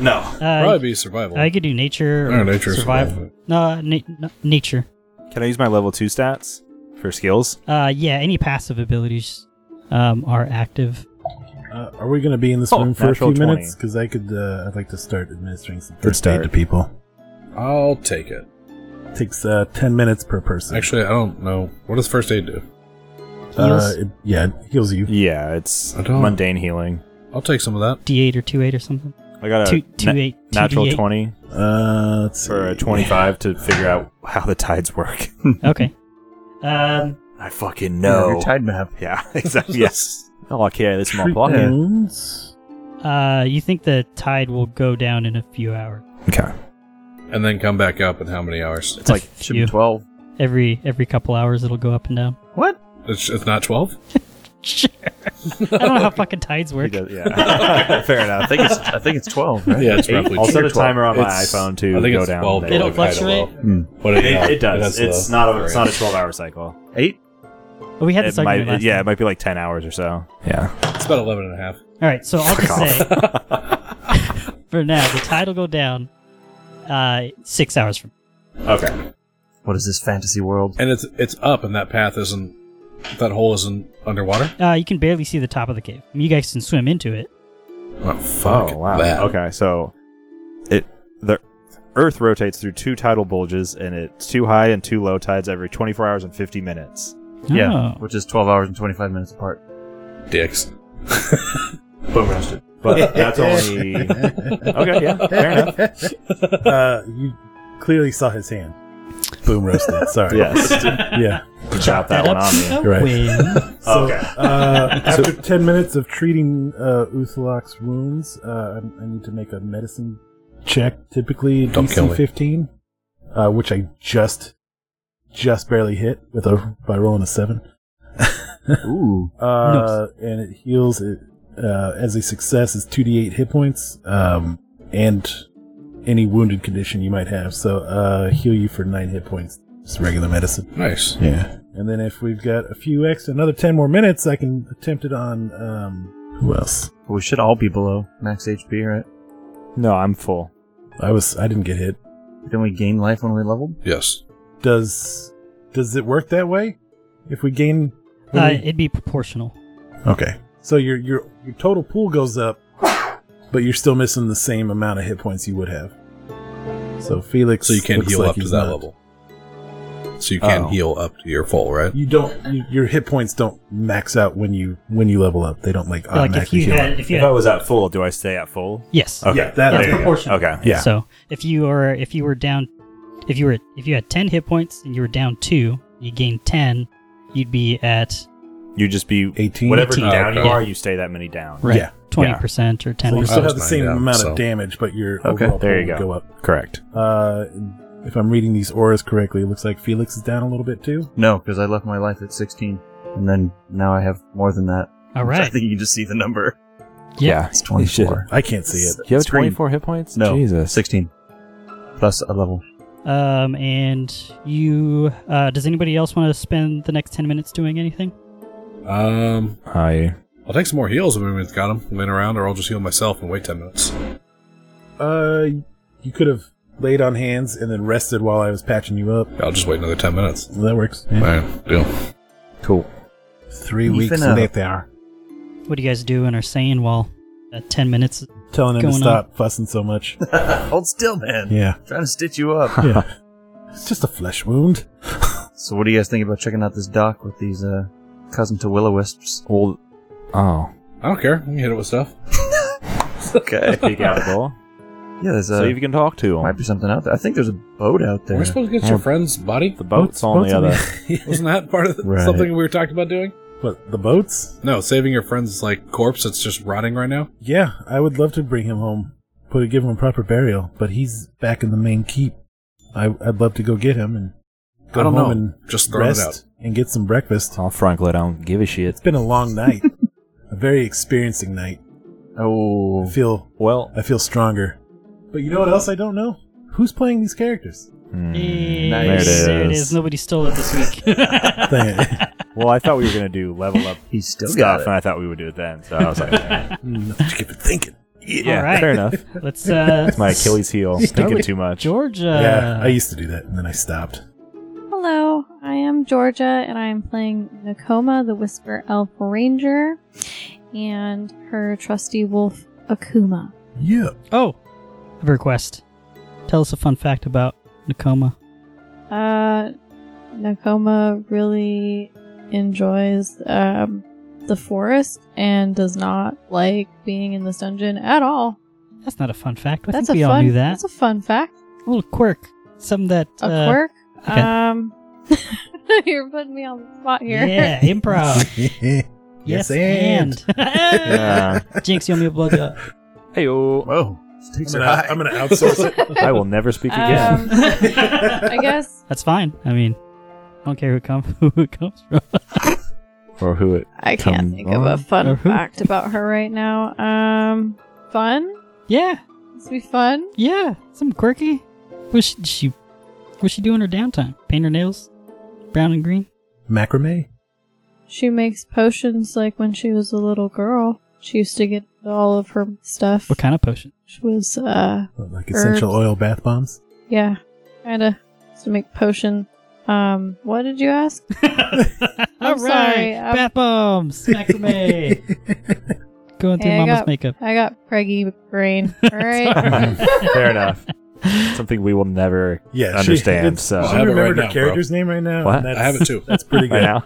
S2: No.
S1: Uh,
S3: Probably be survival.
S1: I could do nature or
S3: Oh, nature or
S1: survival.
S3: survival.
S1: No, na- na- nature.
S2: Can I use my level two stats for skills?
S1: Uh, yeah, any passive abilities um, are active.
S5: Uh, are we going to be in this
S2: Oh,
S5: room for a few
S2: natural 20.
S5: minutes? Because I could, uh, I'd like to start administering some
S2: Good
S5: first aid to
S2: start.
S5: people.
S3: I'll take it.
S5: Takes uh, ten minutes per person.
S3: Actually, I don't know. What does first aid do?
S5: uh,
S1: Heals
S5: it- yeah, it heals you.
S2: Yeah, it's
S3: I don't-
S2: mundane healing.
S3: I'll take some of that.
S1: D8 or 2-8 or something.
S2: I got a
S1: Two- two eight- two
S2: natural
S1: D8.
S2: twenty
S5: Uh, let's see.
S2: for a twenty-five to figure out how the tides work.
S1: Okay. Um,
S2: I fucking
S6: Your
S2: know.
S6: tide map.
S2: [laughs] Yeah, exactly. Yes. [laughs] Oh, I carry this in my pocket.
S5: Treatments.
S1: uh, you think the tide will go down in a few hours?
S2: Okay.
S3: And then come back up in how many hours?
S6: It's like should be
S1: You.
S6: twelve.
S1: Every every couple hours, it'll go up and down. [laughs]
S6: What?
S3: It's, it's not 12?
S1: Sure. I don't know how fucking tides
S2: He
S1: work. [laughs]
S2: does- yeah. [laughs] Fair
S6: I
S2: enough.
S6: think it's I think it's twelve. Right?
S3: [laughs] Yeah, it's
S6: Eight?
S3: roughly
S2: I'll set
S6: Or
S2: a
S6: 12.
S2: timer on my
S3: It's-
S2: iPhone to
S3: I think
S2: go
S3: it's
S2: down.
S3: 12,
S2: there.
S3: but
S1: It'll
S3: like, I don't
S1: fluctuate?
S3: know.
S6: Hmm.
S3: But
S2: It,
S3: yeah,
S2: it does.
S3: has the
S2: It's not a it's not a
S3: range.
S2: twelve hour cycle.
S6: Eight.
S1: we had this
S2: It
S1: argument
S2: might,
S1: last
S2: yeah,
S1: time.
S2: it might be like ten hours or so. Yeah.
S3: It's about 11 and a half.
S1: All right, so I'll just
S2: Fuck
S1: say [laughs] for now the tide will go down uh, six hours from.
S2: Okay.
S6: What is this fantasy world?
S3: And it's it's up, and that path isn't. That hole isn't underwater?
S1: Uh, you can barely see the top of the cave. I mean, you guys can swim into it.
S3: Oh, fuck.
S2: oh wow.
S3: That.
S2: Okay, so it the Earth rotates through two tidal bulges, and it's two high and two low tides every twenty four hours and fifty minutes.
S6: Yeah,
S1: Oh.
S6: which is twelve hours and twenty five minutes apart.
S3: Dicks.
S2: [laughs] Boom roasted. [laughs] But that's only okay. Yeah, fair enough. [laughs]
S5: uh, you clearly saw his hand.
S2: [laughs]
S5: Boom roasted. Sorry.
S2: Yes,
S5: Yeah.
S2: you dropped that one on me.
S5: You're right.
S1: Win.
S5: So,
S2: Okay.
S5: uh, after 10 minutes of treating uh, Uthalak's wounds, uh, I, I need to make a medicine check, typically
S3: Don't kill me.
S5: DC 15, uh, which I just just barely hit with a by rolling
S3: [laughs]
S5: a 7.
S6: Ooh.
S5: Uh, And it heals it, uh, as a success is 2d8 hit points um, and any wounded condition you might have. So uh, heal you for 9 hit points. Just regular medicine.
S3: Nice.
S5: Yeah. And then if we've got a few extra, another 10 more minutes, I can attempt it on, um, who else?
S6: Well, we should all be below max HP, right?
S2: No, I'm full.
S5: I was, I didn't get hit.
S6: Didn't we gain life when we leveled?
S3: Yes.
S5: Does, does it work that way? If we gain, when
S1: Uh,
S5: we-
S1: it'd be proportional.
S5: okay. So your, your, your total pool goes up, but you're still missing the same amount of hit points you would have. So Felix,
S3: So you can't
S5: looks
S3: heal
S5: like
S3: up to
S5: he's
S3: that
S5: not-
S3: level. So you can
S5: Oh.
S3: heal up to your full, right?
S5: You don't, you, your hit points don't max out when you, when you level up. They don't like
S1: Like
S5: automatically
S1: if you
S5: heal up.
S1: had, if you
S2: If I
S1: had,
S2: was at full, do I stay at full?
S1: yes.
S2: Okay.
S5: Yeah, that-
S1: Yeah,
S5: there you go.
S1: proportional.
S2: Okay.
S5: Oh, Yeah.
S1: So if you are if you were down if you were if you had ten hit points and you were down two, you gain ten, you'd be at
S2: You just be
S5: 18.
S2: whatever
S1: 18.
S2: down you
S3: Okay.
S2: are, you stay that many down.
S1: right
S5: Yeah.
S1: twenty percent or ten
S5: So you
S1: percent.
S5: still have
S3: That
S5: the
S3: was
S5: same
S3: mine, yeah,
S5: amount
S3: so-
S5: of damage, but your
S6: Okay,
S5: overall
S2: there
S5: pool
S2: you
S5: will
S2: go.
S5: go up.
S2: Correct.
S5: Uh, if I'm reading these auras correctly, it looks like Felix is down a little bit too.
S6: No, because I left my life at sixteen, and then now I have more than that. [laughs]
S1: All
S6: So I
S1: right.
S6: think you can just see the number.
S1: Yeah.
S6: It's twenty
S2: [laughs]
S6: four.
S5: I can't see it.
S2: You have
S6: Screen.
S2: 24 hit points?
S6: No,
S2: Jesus.
S6: sixteen plus a level.
S1: Um, and you uh, does anybody else want to spend the next ten minutes doing anything?
S3: Um,
S2: I.
S3: I'll take some more heals if anyone's got them laying around, or I'll just heal myself and wait 10 minutes.
S5: Uh, you could have laid on hands and then rested while I was patching you up.
S3: I'll just wait another 10 minutes.
S5: That works.
S3: All
S5: Yeah.
S3: right, deal.
S2: Cool.
S5: Three
S6: Ethan,
S5: weeks
S6: uh,
S5: later,
S1: What do you guys doing or saying while uh, ten minutes?
S5: telling him to
S1: going
S5: stop fussing
S1: [laughs]
S5: so much.
S6: Hold still, man.
S5: Yeah,
S6: Trying to stitch you
S5: [laughs]
S6: up.
S5: yeah. It's just a flesh wound.
S6: So, what do you guys think about checking out this dock with these uh, cousin to will o wisps?
S2: [laughs] Well. Oh.
S3: I don't care. You can hit it with stuff.
S6: Okay.
S2: Peek out the door.
S6: Yeah, there's
S2: [laughs] so
S6: a.
S2: if you can talk to
S6: might
S2: him.
S6: be something out there. I think there's a boat out there.
S3: We're supposed to get your friend's body.
S2: [laughs] The boat's on the other. [laughs]
S3: Wasn't that part of the,
S6: Right.
S3: something we were talking about doing?
S5: [laughs] What the boats?
S3: No, saving your friend's like corpse that's just rotting right now.
S5: Yeah, I would love to bring him home, put give him a proper burial, but he's back in the main keep. I, I'd love to go get him and go
S3: I don't
S5: home
S3: know.
S5: and
S3: Just throwing it out.
S5: rest and get some breakfast.
S2: Tell Franklin I don't give a shit.
S5: It's been a
S3: [laughs]
S5: long night, a very experiencing night. I
S6: oh,
S5: feel
S2: Well.
S5: I feel stronger. But you know what else I don't know? Who's playing these characters?
S2: [laughs] hmm,
S1: Nice. Mm, There it is. Nobody stole it this week. [laughs]
S3: [laughs]
S5: [laughs] Thing-
S2: [laughs] Well, I thought we were going to do level up
S6: he's still
S2: stuff,
S6: got it.
S2: and I thought we would do it then. So I was like, eh.
S5: Nothing to keep it thinking.
S2: [laughs] yeah,
S1: All right.
S2: fair enough.
S1: Let's uh,
S2: It's my Achilles heel. Thinking too
S1: [laughs]
S2: much.
S1: Georgia.
S5: yeah, I used to do that and then I stopped.
S4: Hello. am Georgia, and I am playing Nakoma, the Whisper Elf Ranger, and her trusty wolf Akuma.
S5: Yeah. [laughs]
S1: Oh, I have a request. Tell us a fun fact about Nakoma.
S4: Uh, Nakoma really enjoys um, the forest and does not like being in this dungeon at all.
S1: That's not a fun fact. I
S4: that's
S1: think we
S4: a
S1: all
S4: fun.
S1: knew that.
S4: That's a fun fact.
S1: A little quirk. Something that.
S4: A
S1: uh,
S4: quirk.
S1: okay.
S4: Um, [laughs] you're putting me on the spot here. [laughs]
S1: Yeah, improv.
S5: yes,
S1: yes,
S5: and.
S1: and. [laughs]
S2: [laughs] Yeah.
S1: Jinx, you owe me a blowjob.
S2: Hey,
S6: Whoa.
S5: I'm
S6: Stakes are
S5: gonna,
S6: high.
S5: I'm gonna outsource
S3: [laughs]
S5: it.
S2: I will never speak again.
S4: Um, [laughs] I guess
S1: That's fine. I mean, I don't care who, come, [laughs] who it comes from.
S2: or who it.
S4: I can't
S2: Come
S4: think of a
S2: on.
S4: fun
S1: Or who?
S4: fact about her right now. Um, fun?
S1: Yeah,
S4: This be fun.
S1: yeah. Some quirky. What's she, she, what's she doing in her downtime? Paint her nails? Brown and green?
S5: Macrame?
S4: She makes potions like when she was a little girl. She used to get all of her stuff,
S1: What kind of potion?
S4: which was uh,
S5: Like essential oil bath bombs?
S4: yeah, kind of to make potion. Um, what did you ask?
S1: All
S4: sorry, I'm-
S1: Bath bombs.
S4: [laughs]
S1: Macrame. Going through
S4: Hey, I
S1: mama's
S4: got-
S1: makeup.
S4: I got preggy
S1: [laughs]
S4: brain. All right.
S2: [laughs]
S5: [laughs]
S2: Fair enough. Something we will never
S5: Yeah, she-
S2: understand.
S5: it's-
S2: so
S3: I have
S5: She
S3: it right
S5: remembered
S3: now, bro.
S5: her character's name right now.
S2: What?
S5: and
S3: I
S5: That's,
S3: have it too.
S5: That's pretty
S2: [laughs] right
S5: good.
S2: now,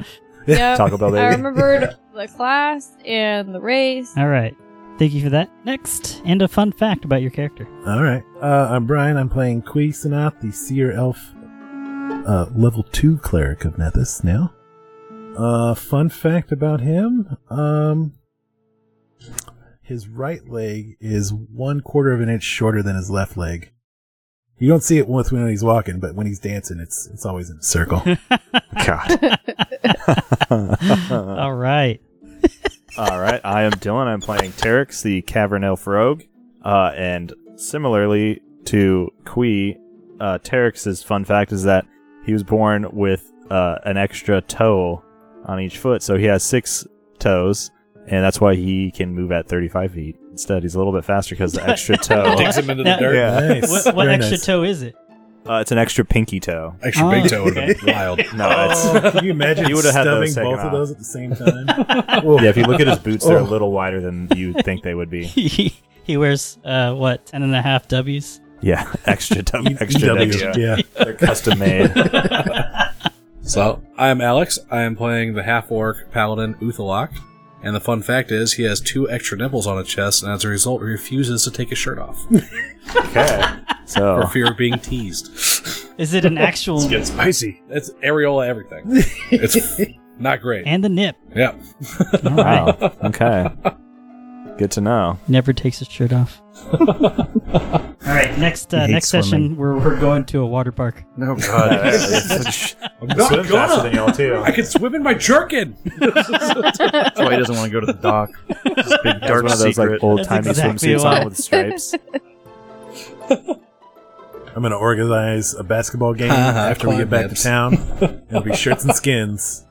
S4: yeah.
S2: Taco Bell
S4: I
S2: baby.
S4: remembered the class and the race.
S1: All right. Thank you for that. Next, and a fun fact about your character. [laughs]
S5: All right. Uh, I'm Brian. I'm playing Kui Sanath, the Seer Elf, uh, level 2 cleric of Nethys now. Uh, fun fact about him um, his right leg is one quarter of an inch shorter than his left leg. You don't see it with when he's walking, but when he's dancing, it's it's always in
S2: [laughs]
S5: a circle. [laughs]
S2: God. Uh,
S1: All right.
S2: All right, I am Dylan. I'm playing Terex, the Cavern Elf Rogue. Uh, and similarly to Kui, uh, Terex's fun fact is that he was born with uh, an extra toe on each foot, so he has six toes, and that's why he can move at 35 feet. Instead, he's a little bit faster because the
S5: [laughs]
S2: extra toe.
S3: Digs him into the
S1: Yeah.
S3: dirt.
S2: Yeah.
S5: nice.
S1: What, what
S5: Very
S1: extra
S5: nice.
S1: toe is it? [laughs]
S2: Uh, it's an extra pinky toe.
S3: Extra
S1: Oh,
S3: big toe would have
S2: okay.
S3: been wild.
S2: No, it's.
S5: Uh, Can you
S2: [laughs]
S5: imagine
S2: You would've had
S5: stubbing
S2: those taken
S5: both of
S2: off.
S5: those at the same time?
S2: Yeah, if you look at his boots, they're a
S5: Oh.
S2: little wider than you think they would
S1: [laughs]
S2: be.
S1: he, he wears, uh, what, 10 and a half W's?
S2: Yeah, extra
S5: [laughs]
S2: toe, extra
S5: E W,
S2: W.
S5: yeah.
S2: They're custom made.
S3: So I'm Alex. I am playing the half orc paladin Uthalok, and the fun fact is he has two extra nipples on his chest, and as a result, he refuses to take his shirt off
S2: Okay, so
S3: for fear of being teased.
S1: Is it an actual
S6: Get spicy.
S3: It's areola everything. It's not great.
S1: and the nip?
S3: yeah.
S1: All right.
S2: Wow. Okay. Good to know.
S1: Never takes his shirt off. All right, next uh,
S6: He hates
S1: next session
S6: swimming.
S1: we're we're going to a water park.
S6: No,
S1: [laughs]
S6: God.
S3: I'm not
S2: faster than
S3: gonna.
S2: y'all too.
S3: I can swim in my jerkin.
S6: That's why he doesn't want to go to the dock. This big
S2: Dark
S6: dark
S2: one of those like
S6: secret.
S2: old
S1: That's
S2: timey
S1: exactly
S2: swimsuits
S1: why.
S2: on with stripes.
S5: I'm gonna organize a
S2: [laughs]
S5: basketball game
S3: Ha
S2: Uh-huh,
S3: ha,
S5: after we
S3: climb
S5: get back
S3: hips.
S5: to town. It'll be shirts and skins,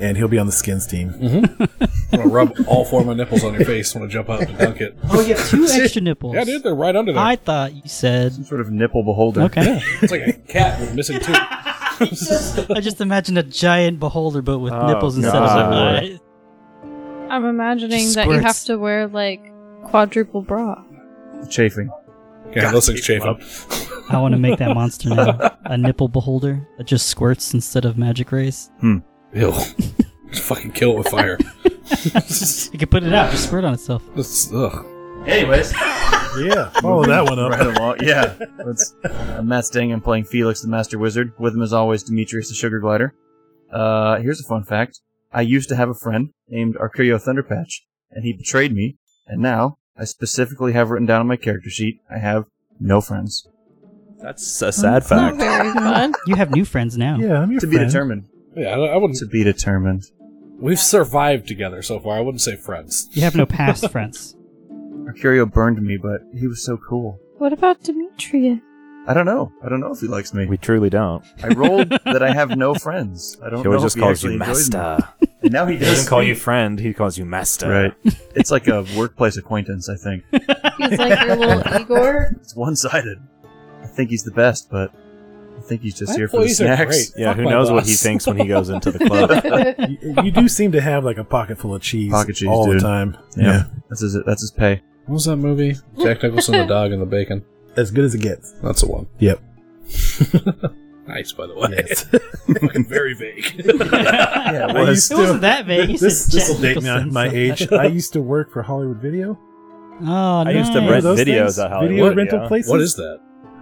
S5: and he'll be on the skins team.
S3: I'm gonna rub all four of my nipples on your face when I jump up and dunk it.
S1: Oh, you have two extra nipples.
S3: Yeah, dude, they're right under there.
S1: I thought you said
S6: Some sort of nipple beholder.
S1: okay.
S3: It's like a cat
S1: [laughs]
S3: with missing two.
S1: I just imagined a giant beholder, but with
S2: Oh,
S1: nipples instead
S2: God.
S1: of eyes.
S4: I'm imagining
S1: Just
S4: that you have
S1: squirts.
S4: to wear like quadruple bra.
S6: Chafing.
S3: Yeah, those things chafing.
S1: I want to make that monster now a nipple beholder that just squirts instead of magic rays.
S3: Ew. Just fucking kill it with [laughs] fire.
S1: You can put it out, just squirt on itself.
S3: That's- ugh.
S6: [laughs] Anyways.
S2: Mm-hmm.
S5: Yeah, follow that one up.
S6: Right along. Yeah. Let's, I'm Matt Sting. I'm playing Felix, the Master Wizard. With him, as always, Demetrius, the Sugar Glider. Uh, here's a fun fact. I used to have a friend named Arcurio Thunderpatch, and he betrayed me, and now I specifically have written down on my character sheet, I have no friends.
S2: That's a sad
S4: Not
S2: fact.
S4: very fun.
S1: You have new friends now.
S5: Yeah, I'm your
S6: To be
S5: friend.
S6: determined.
S3: Yeah, I, I wouldn't.
S6: To be determined.
S3: We've survived together so far. I wouldn't say friends.
S1: You have no past friends.
S6: Mercurio burned me, but he was so cool.
S4: What about Demetria?
S6: I don't know. I don't know if he likes me.
S2: We truly don't.
S6: I
S2: [laughs]
S6: rolled that I have no friends. I don't
S2: He
S6: know
S2: always just
S6: if
S2: calls
S6: he actually
S2: you
S6: enjoys me.
S2: master.
S6: And now he
S2: He
S6: [laughs]
S2: doesn't
S6: does
S2: call you friend. He calls you master.
S6: Right. uh, [laughs] It's like a workplace acquaintance, I think.
S4: He's like your little Igor.
S6: It's one sided. I think he's the best, but I think he's just
S3: My
S6: here for the
S3: employees are great.
S6: snacks.
S2: Yeah,
S3: Fuck
S2: who
S3: my
S2: knows what
S3: boss.
S2: he thinks when he goes into the club?
S5: You, you do seem to have like a pocket full of cheese,
S6: Pocket cheese,
S5: all
S6: dude.
S5: the time.
S6: [laughs] Yeah. That's his. That's his pay.
S3: What was that movie? Jack Nicholson, the dog, and the bacon.
S5: as good as it gets.
S3: That's the one. [laughs]
S5: Yep.
S3: nice, by the way.
S5: Yes.
S3: [laughs] Fucking very vague.
S1: [laughs]
S6: Yeah,
S5: I used
S1: It wasn't that vague. You
S5: This
S1: said
S5: this will
S1: Jack
S5: date me on
S1: Nicholson.
S5: my age. I used to work for Hollywood Video.
S1: Oh,
S2: I used to
S1: nice.
S5: Remember
S2: rent
S5: those
S2: videos
S5: things?
S2: at Hollywood
S5: Video
S2: Video.
S5: rental places.
S3: what is that?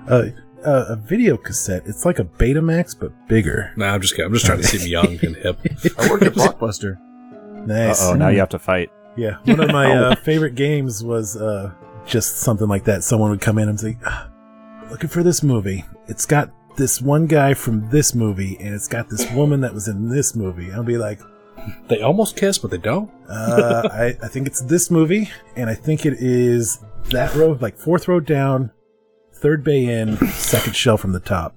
S5: uh, uh, a video cassette? It's like a Betamax but bigger.
S3: Nah, I'm just kidding. I'm just trying to seem young and
S1: [laughs]
S3: hip.
S6: I worked at Blockbuster.
S2: Uh
S5: Nice.
S2: oh, now you have to fight.
S5: Yeah, one of
S2: [laughs]
S5: my uh, favorite games was uh, just something like that. Someone would come in and say, "Ah, "Looking for this movie. It's got this one guy from this movie, and it's got this woman that was in this movie." I'll be like,
S3: They almost kiss, but they don't.
S2: [laughs]
S5: uh, I, "I think it's this movie, and I think it is that row, like fourth row down, third bay in, second shell from the top,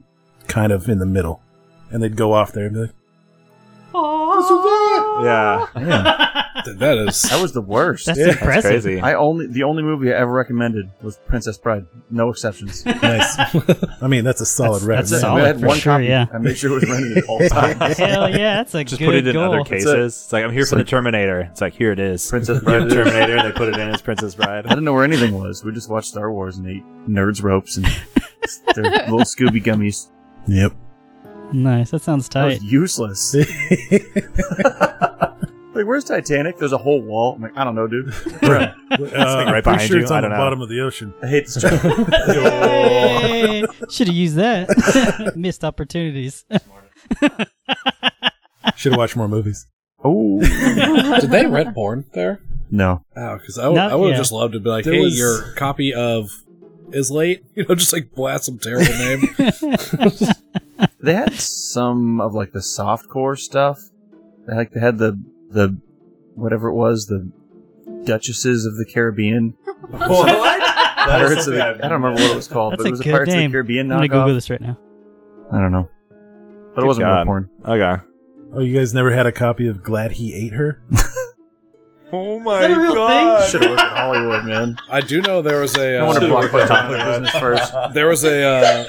S5: kind of in the middle." And they'd go off there and be like,
S2: Yeah,
S6: Yeah,
S3: Th- That
S1: [laughs]
S3: is.
S6: that was the worst.
S1: That's
S5: Yeah, that's
S1: impressive.
S2: that's crazy.
S6: I only the only movie I ever recommended was Princess Bride. No
S1: [laughs]
S6: exceptions.
S5: "Nice." I mean, that's a solid
S1: That's-
S5: rec.
S1: that's
S5: man.
S6: I
S1: solid.
S6: had
S1: for
S6: one
S1: sure,
S6: copy.
S1: yeah.
S6: I made sure it was rented at all
S1: [laughs]
S6: times.
S1: Hell yeah, that's a
S2: Just
S1: good
S2: put it in
S1: goal.
S2: other cases. It's like I'm here for the Terminator. It's like here it is.
S6: Princess
S2: Give them
S6: Bride.
S2: Terminator. They put it in as Princess Bride.
S6: I didn't know where anything was. We just watched Star Wars and ate nerds
S1: [laughs]
S6: ropes and their little Scooby gummies.
S5: Yep. [laughs]
S1: Nice. That sounds
S6: That
S1: tight.
S2: [laughs]
S6: was useless. like, where's Titanic? There's a whole wall. I'm like, I don't know, dude.
S5: right
S2: right behind
S5: Uh, sure
S2: you.
S5: It's on
S2: I don't
S5: the
S2: know.
S5: bottom of the ocean.
S6: I hate this job.
S1: Should have used that. [laughs] Missed opportunities.
S2: Oh,
S5: Should have watched more movies.
S6: oh
S3: Did they rent porn there?
S6: [laughs] no.
S3: Oh, because I would
S1: Not-
S3: I would have
S1: yeah.
S3: just loved to be like,
S5: There
S3: hey,
S5: was-
S3: your copy of is late. [laughs] You know, just like blast some terrible name.
S6: They had some of like the softcore stuff. They, like they had the the whatever it was the Duchesses of the Caribbean. Pirates of the, I don't remember what it was called,
S1: That's
S6: but
S1: a
S6: it was a
S1: good
S6: Pirates of
S1: name.
S6: the Caribbean
S1: I'm gonna Google
S6: knockoff.
S1: this right now.
S6: I don't know, but
S2: Good
S6: it wasn't real
S2: God. [laughs]
S6: porn.
S2: [laughs] Okay.
S5: Oh, you guys never had a copy of Glad He Ate Her?
S2: Oh
S1: that a real God.
S6: Should have worked at Hollywood, man.
S3: I do know there was a
S6: I want to
S3: uh,
S6: block my top of the business first.
S3: there was a uh,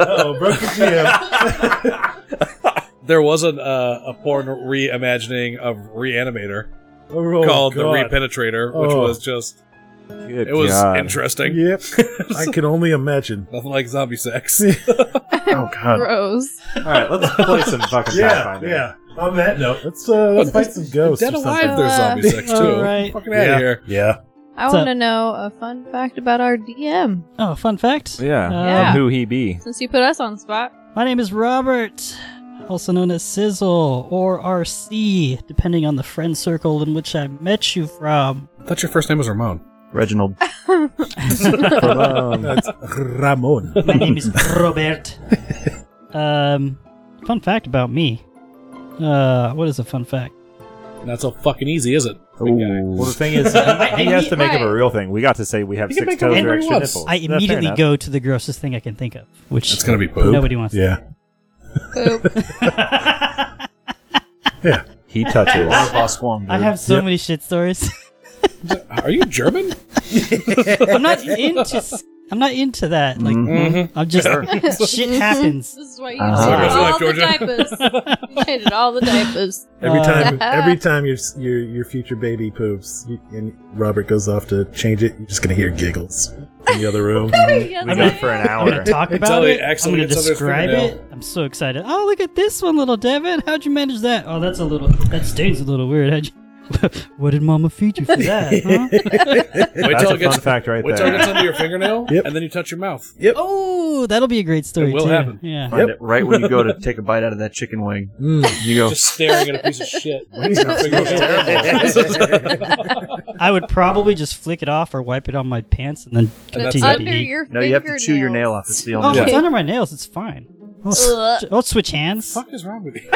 S5: oh, [laughs] broke the GM.
S3: there was an, uh, a porn reimagining of Reanimator [laughs]
S5: Oh,
S3: called
S5: God.
S3: the Repenetrator, which
S5: Oh.
S3: was just
S2: Good
S3: it was
S2: God.
S3: interesting. [laughs]
S5: Yep. I can only imagine.
S3: Nothing like zombie sex.
S6: Oh god.
S4: Gross.
S2: All right, let's play some fucking
S5: Yeah,
S2: Pathfinder.
S5: yeah. On that note, let's uh, let's
S3: But
S5: fight some ghosts.
S3: Dead
S5: or
S3: alive,
S5: something.
S3: there's zombie sex too.
S1: All right.
S3: Fucking out
S5: Yeah.
S3: of here.
S5: Yeah. [laughs]
S4: I
S1: So-
S4: want to know a fun fact about our DM
S1: Oh, fun fact.
S2: Yeah.
S1: Yeah.
S2: Um, who he
S1: [laughs]
S2: be?
S4: since you put us on the spot.
S1: My name is Robert, also known as Sizzle or RC, depending on the friend circle in which I met you from.
S3: I thought your first name was Ramon.
S6: Reginald.
S5: That's Ramon.
S2: [laughs]
S1: My name is Robert. Um, fun fact about me. Uh, what is a fun fact?
S3: Not so fucking easy, is it? Big guy.
S2: Well, the thing is, he,
S1: [laughs]
S2: he has to make up a real thing. We got to say we have
S3: He can
S2: six
S3: make up
S2: toes or
S3: whatever he
S2: extra
S3: wants.
S2: nipples.
S1: I
S2: Yeah, fair
S1: immediately
S2: enough.
S1: go to the grossest thing I can think of, which
S3: It's gonna be poop.
S1: nobody wants.
S5: Yeah.
S4: Poop.
S5: Yeah.
S2: He touches.
S6: Squam,
S1: [laughs] I have so many shit
S2: [laughs]
S1: stories.
S3: Are you German?
S1: I'm not into. s- I'm not into that. Like,
S2: Mm-hmm.
S1: I'm just shit happens.
S4: This is why you
S6: Uh-huh.
S3: Sorry,
S4: change all
S3: like
S4: the
S3: Georgia.
S4: diapers. You changed all the diapers.
S5: Every
S1: Uh, [laughs]
S5: time, every time your your your future baby poops, you, and Robert goes off to change it, you're just gonna hear giggles in the
S1: [laughs]
S5: other room.
S4: Yes,
S2: We
S4: I
S2: got for an
S4: am.
S1: I'm gonna
S2: hour.
S1: talk about
S3: Until he
S1: it. I'm
S3: accidentally
S1: gonna
S3: gets under his
S1: describe
S3: fingernail.
S1: it. I'm so excited. Oh, look at this one, little David. How'd you manage that? Oh, that's a little. That stain's a little weird. How'd you? [laughs] what did Mama feed you for that? Huh?
S3: [laughs] Wait
S2: That's
S3: till
S2: a
S3: it gets
S2: fun fact right
S3: wait till it
S2: there.
S3: gets under your fingernail,
S5: Yep.
S3: and then you touch your mouth.
S1: oh, that'll be a great story
S3: It will
S1: too.
S3: happen.
S1: Yeah.
S6: Find it right when you go to take a bite out of that chicken wing. You go.
S3: Just staring at a piece of shit.
S1: I would probably just flick it off or wipe it on my pants and then
S3: And that's
S1: continue
S3: it.
S1: to
S4: Under
S1: eat.
S4: your
S6: No, you have to chew your nail off. It's the
S1: Oh,
S6: only.
S1: it's
S3: Yeah.
S1: under my nails. It's fine. I'll, s-
S4: Ugh.
S1: I'll switch hands.
S3: What the fuck is wrong with you?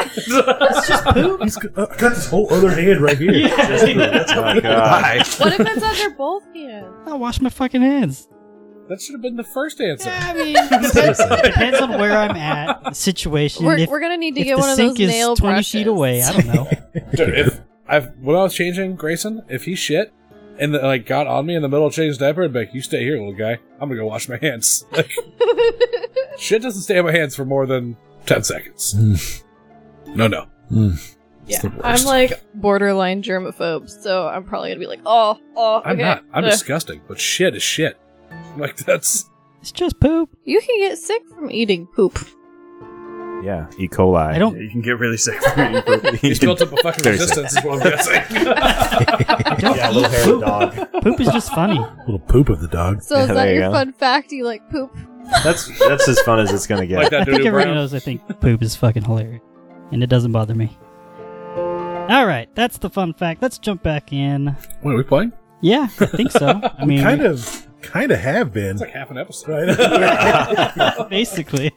S5: He's g- uh, I got this whole other hand
S3: [laughs]
S5: right here.
S1: [laughs]
S2: Oh, God.
S6: Why?
S4: What if it's under both hands?
S1: I'll wash my fucking hands.
S3: That should have been the first answer.
S1: I mean, depends, depends on where I'm at, the situation.
S4: We're,
S1: if
S4: we're gonna need to
S1: if
S4: get
S1: the
S4: one of
S1: sink
S4: those
S1: is
S4: nail
S1: 20
S4: brushes.
S1: feet away, I don't know.
S3: Dude, if I've when I was changing Grayson, if he shit, and then, like got on me in the middle of changing diaper and be like, "You stay here, little guy. I'm gonna go wash my hands." [laughs] Like, shit doesn't stay on my hands for more than ten seconds. no, no.
S4: yeah.
S3: the worst.
S4: I'm like borderline germaphobe, so I'm probably gonna be like, oh, oh,
S3: I'm
S4: okay.
S3: not. I'm
S4: Ugh.
S3: disgusting, but shit is shit. Like that's
S1: It's just poop.
S6: [laughs]
S4: You can get sick from eating poop.
S2: Yeah, E. coli. [laughs]
S1: I don't.
S6: Yeah, you can get really sick from eating poop.
S3: he's built up a fucking
S2: Very
S3: resistance, is what I'm guessing.
S1: I don't
S2: yeah, a
S1: eat
S2: little hair
S1: poop.
S2: dog.
S1: Poop is just
S6: [laughs]
S1: funny.
S5: Little poop of the dog.
S4: So is
S2: Yeah,
S4: that
S2: there you
S4: your
S2: go.
S4: fun fact? You like poop?
S2: That's that's as fun as it's gonna get.
S3: Like
S1: I
S3: that
S1: think
S3: dude
S1: everyone
S3: Brown.
S1: knows. I think poop is fucking hilarious, and it doesn't bother me. All right, that's the fun fact. Let's jump back in.
S3: Wait, are we playing?
S1: Yeah, I think
S6: [laughs]
S1: so. I mean,
S5: Kind of, kind of have been.
S3: It's
S5: [laughs]
S3: like half an episode.
S1: [laughs] basically.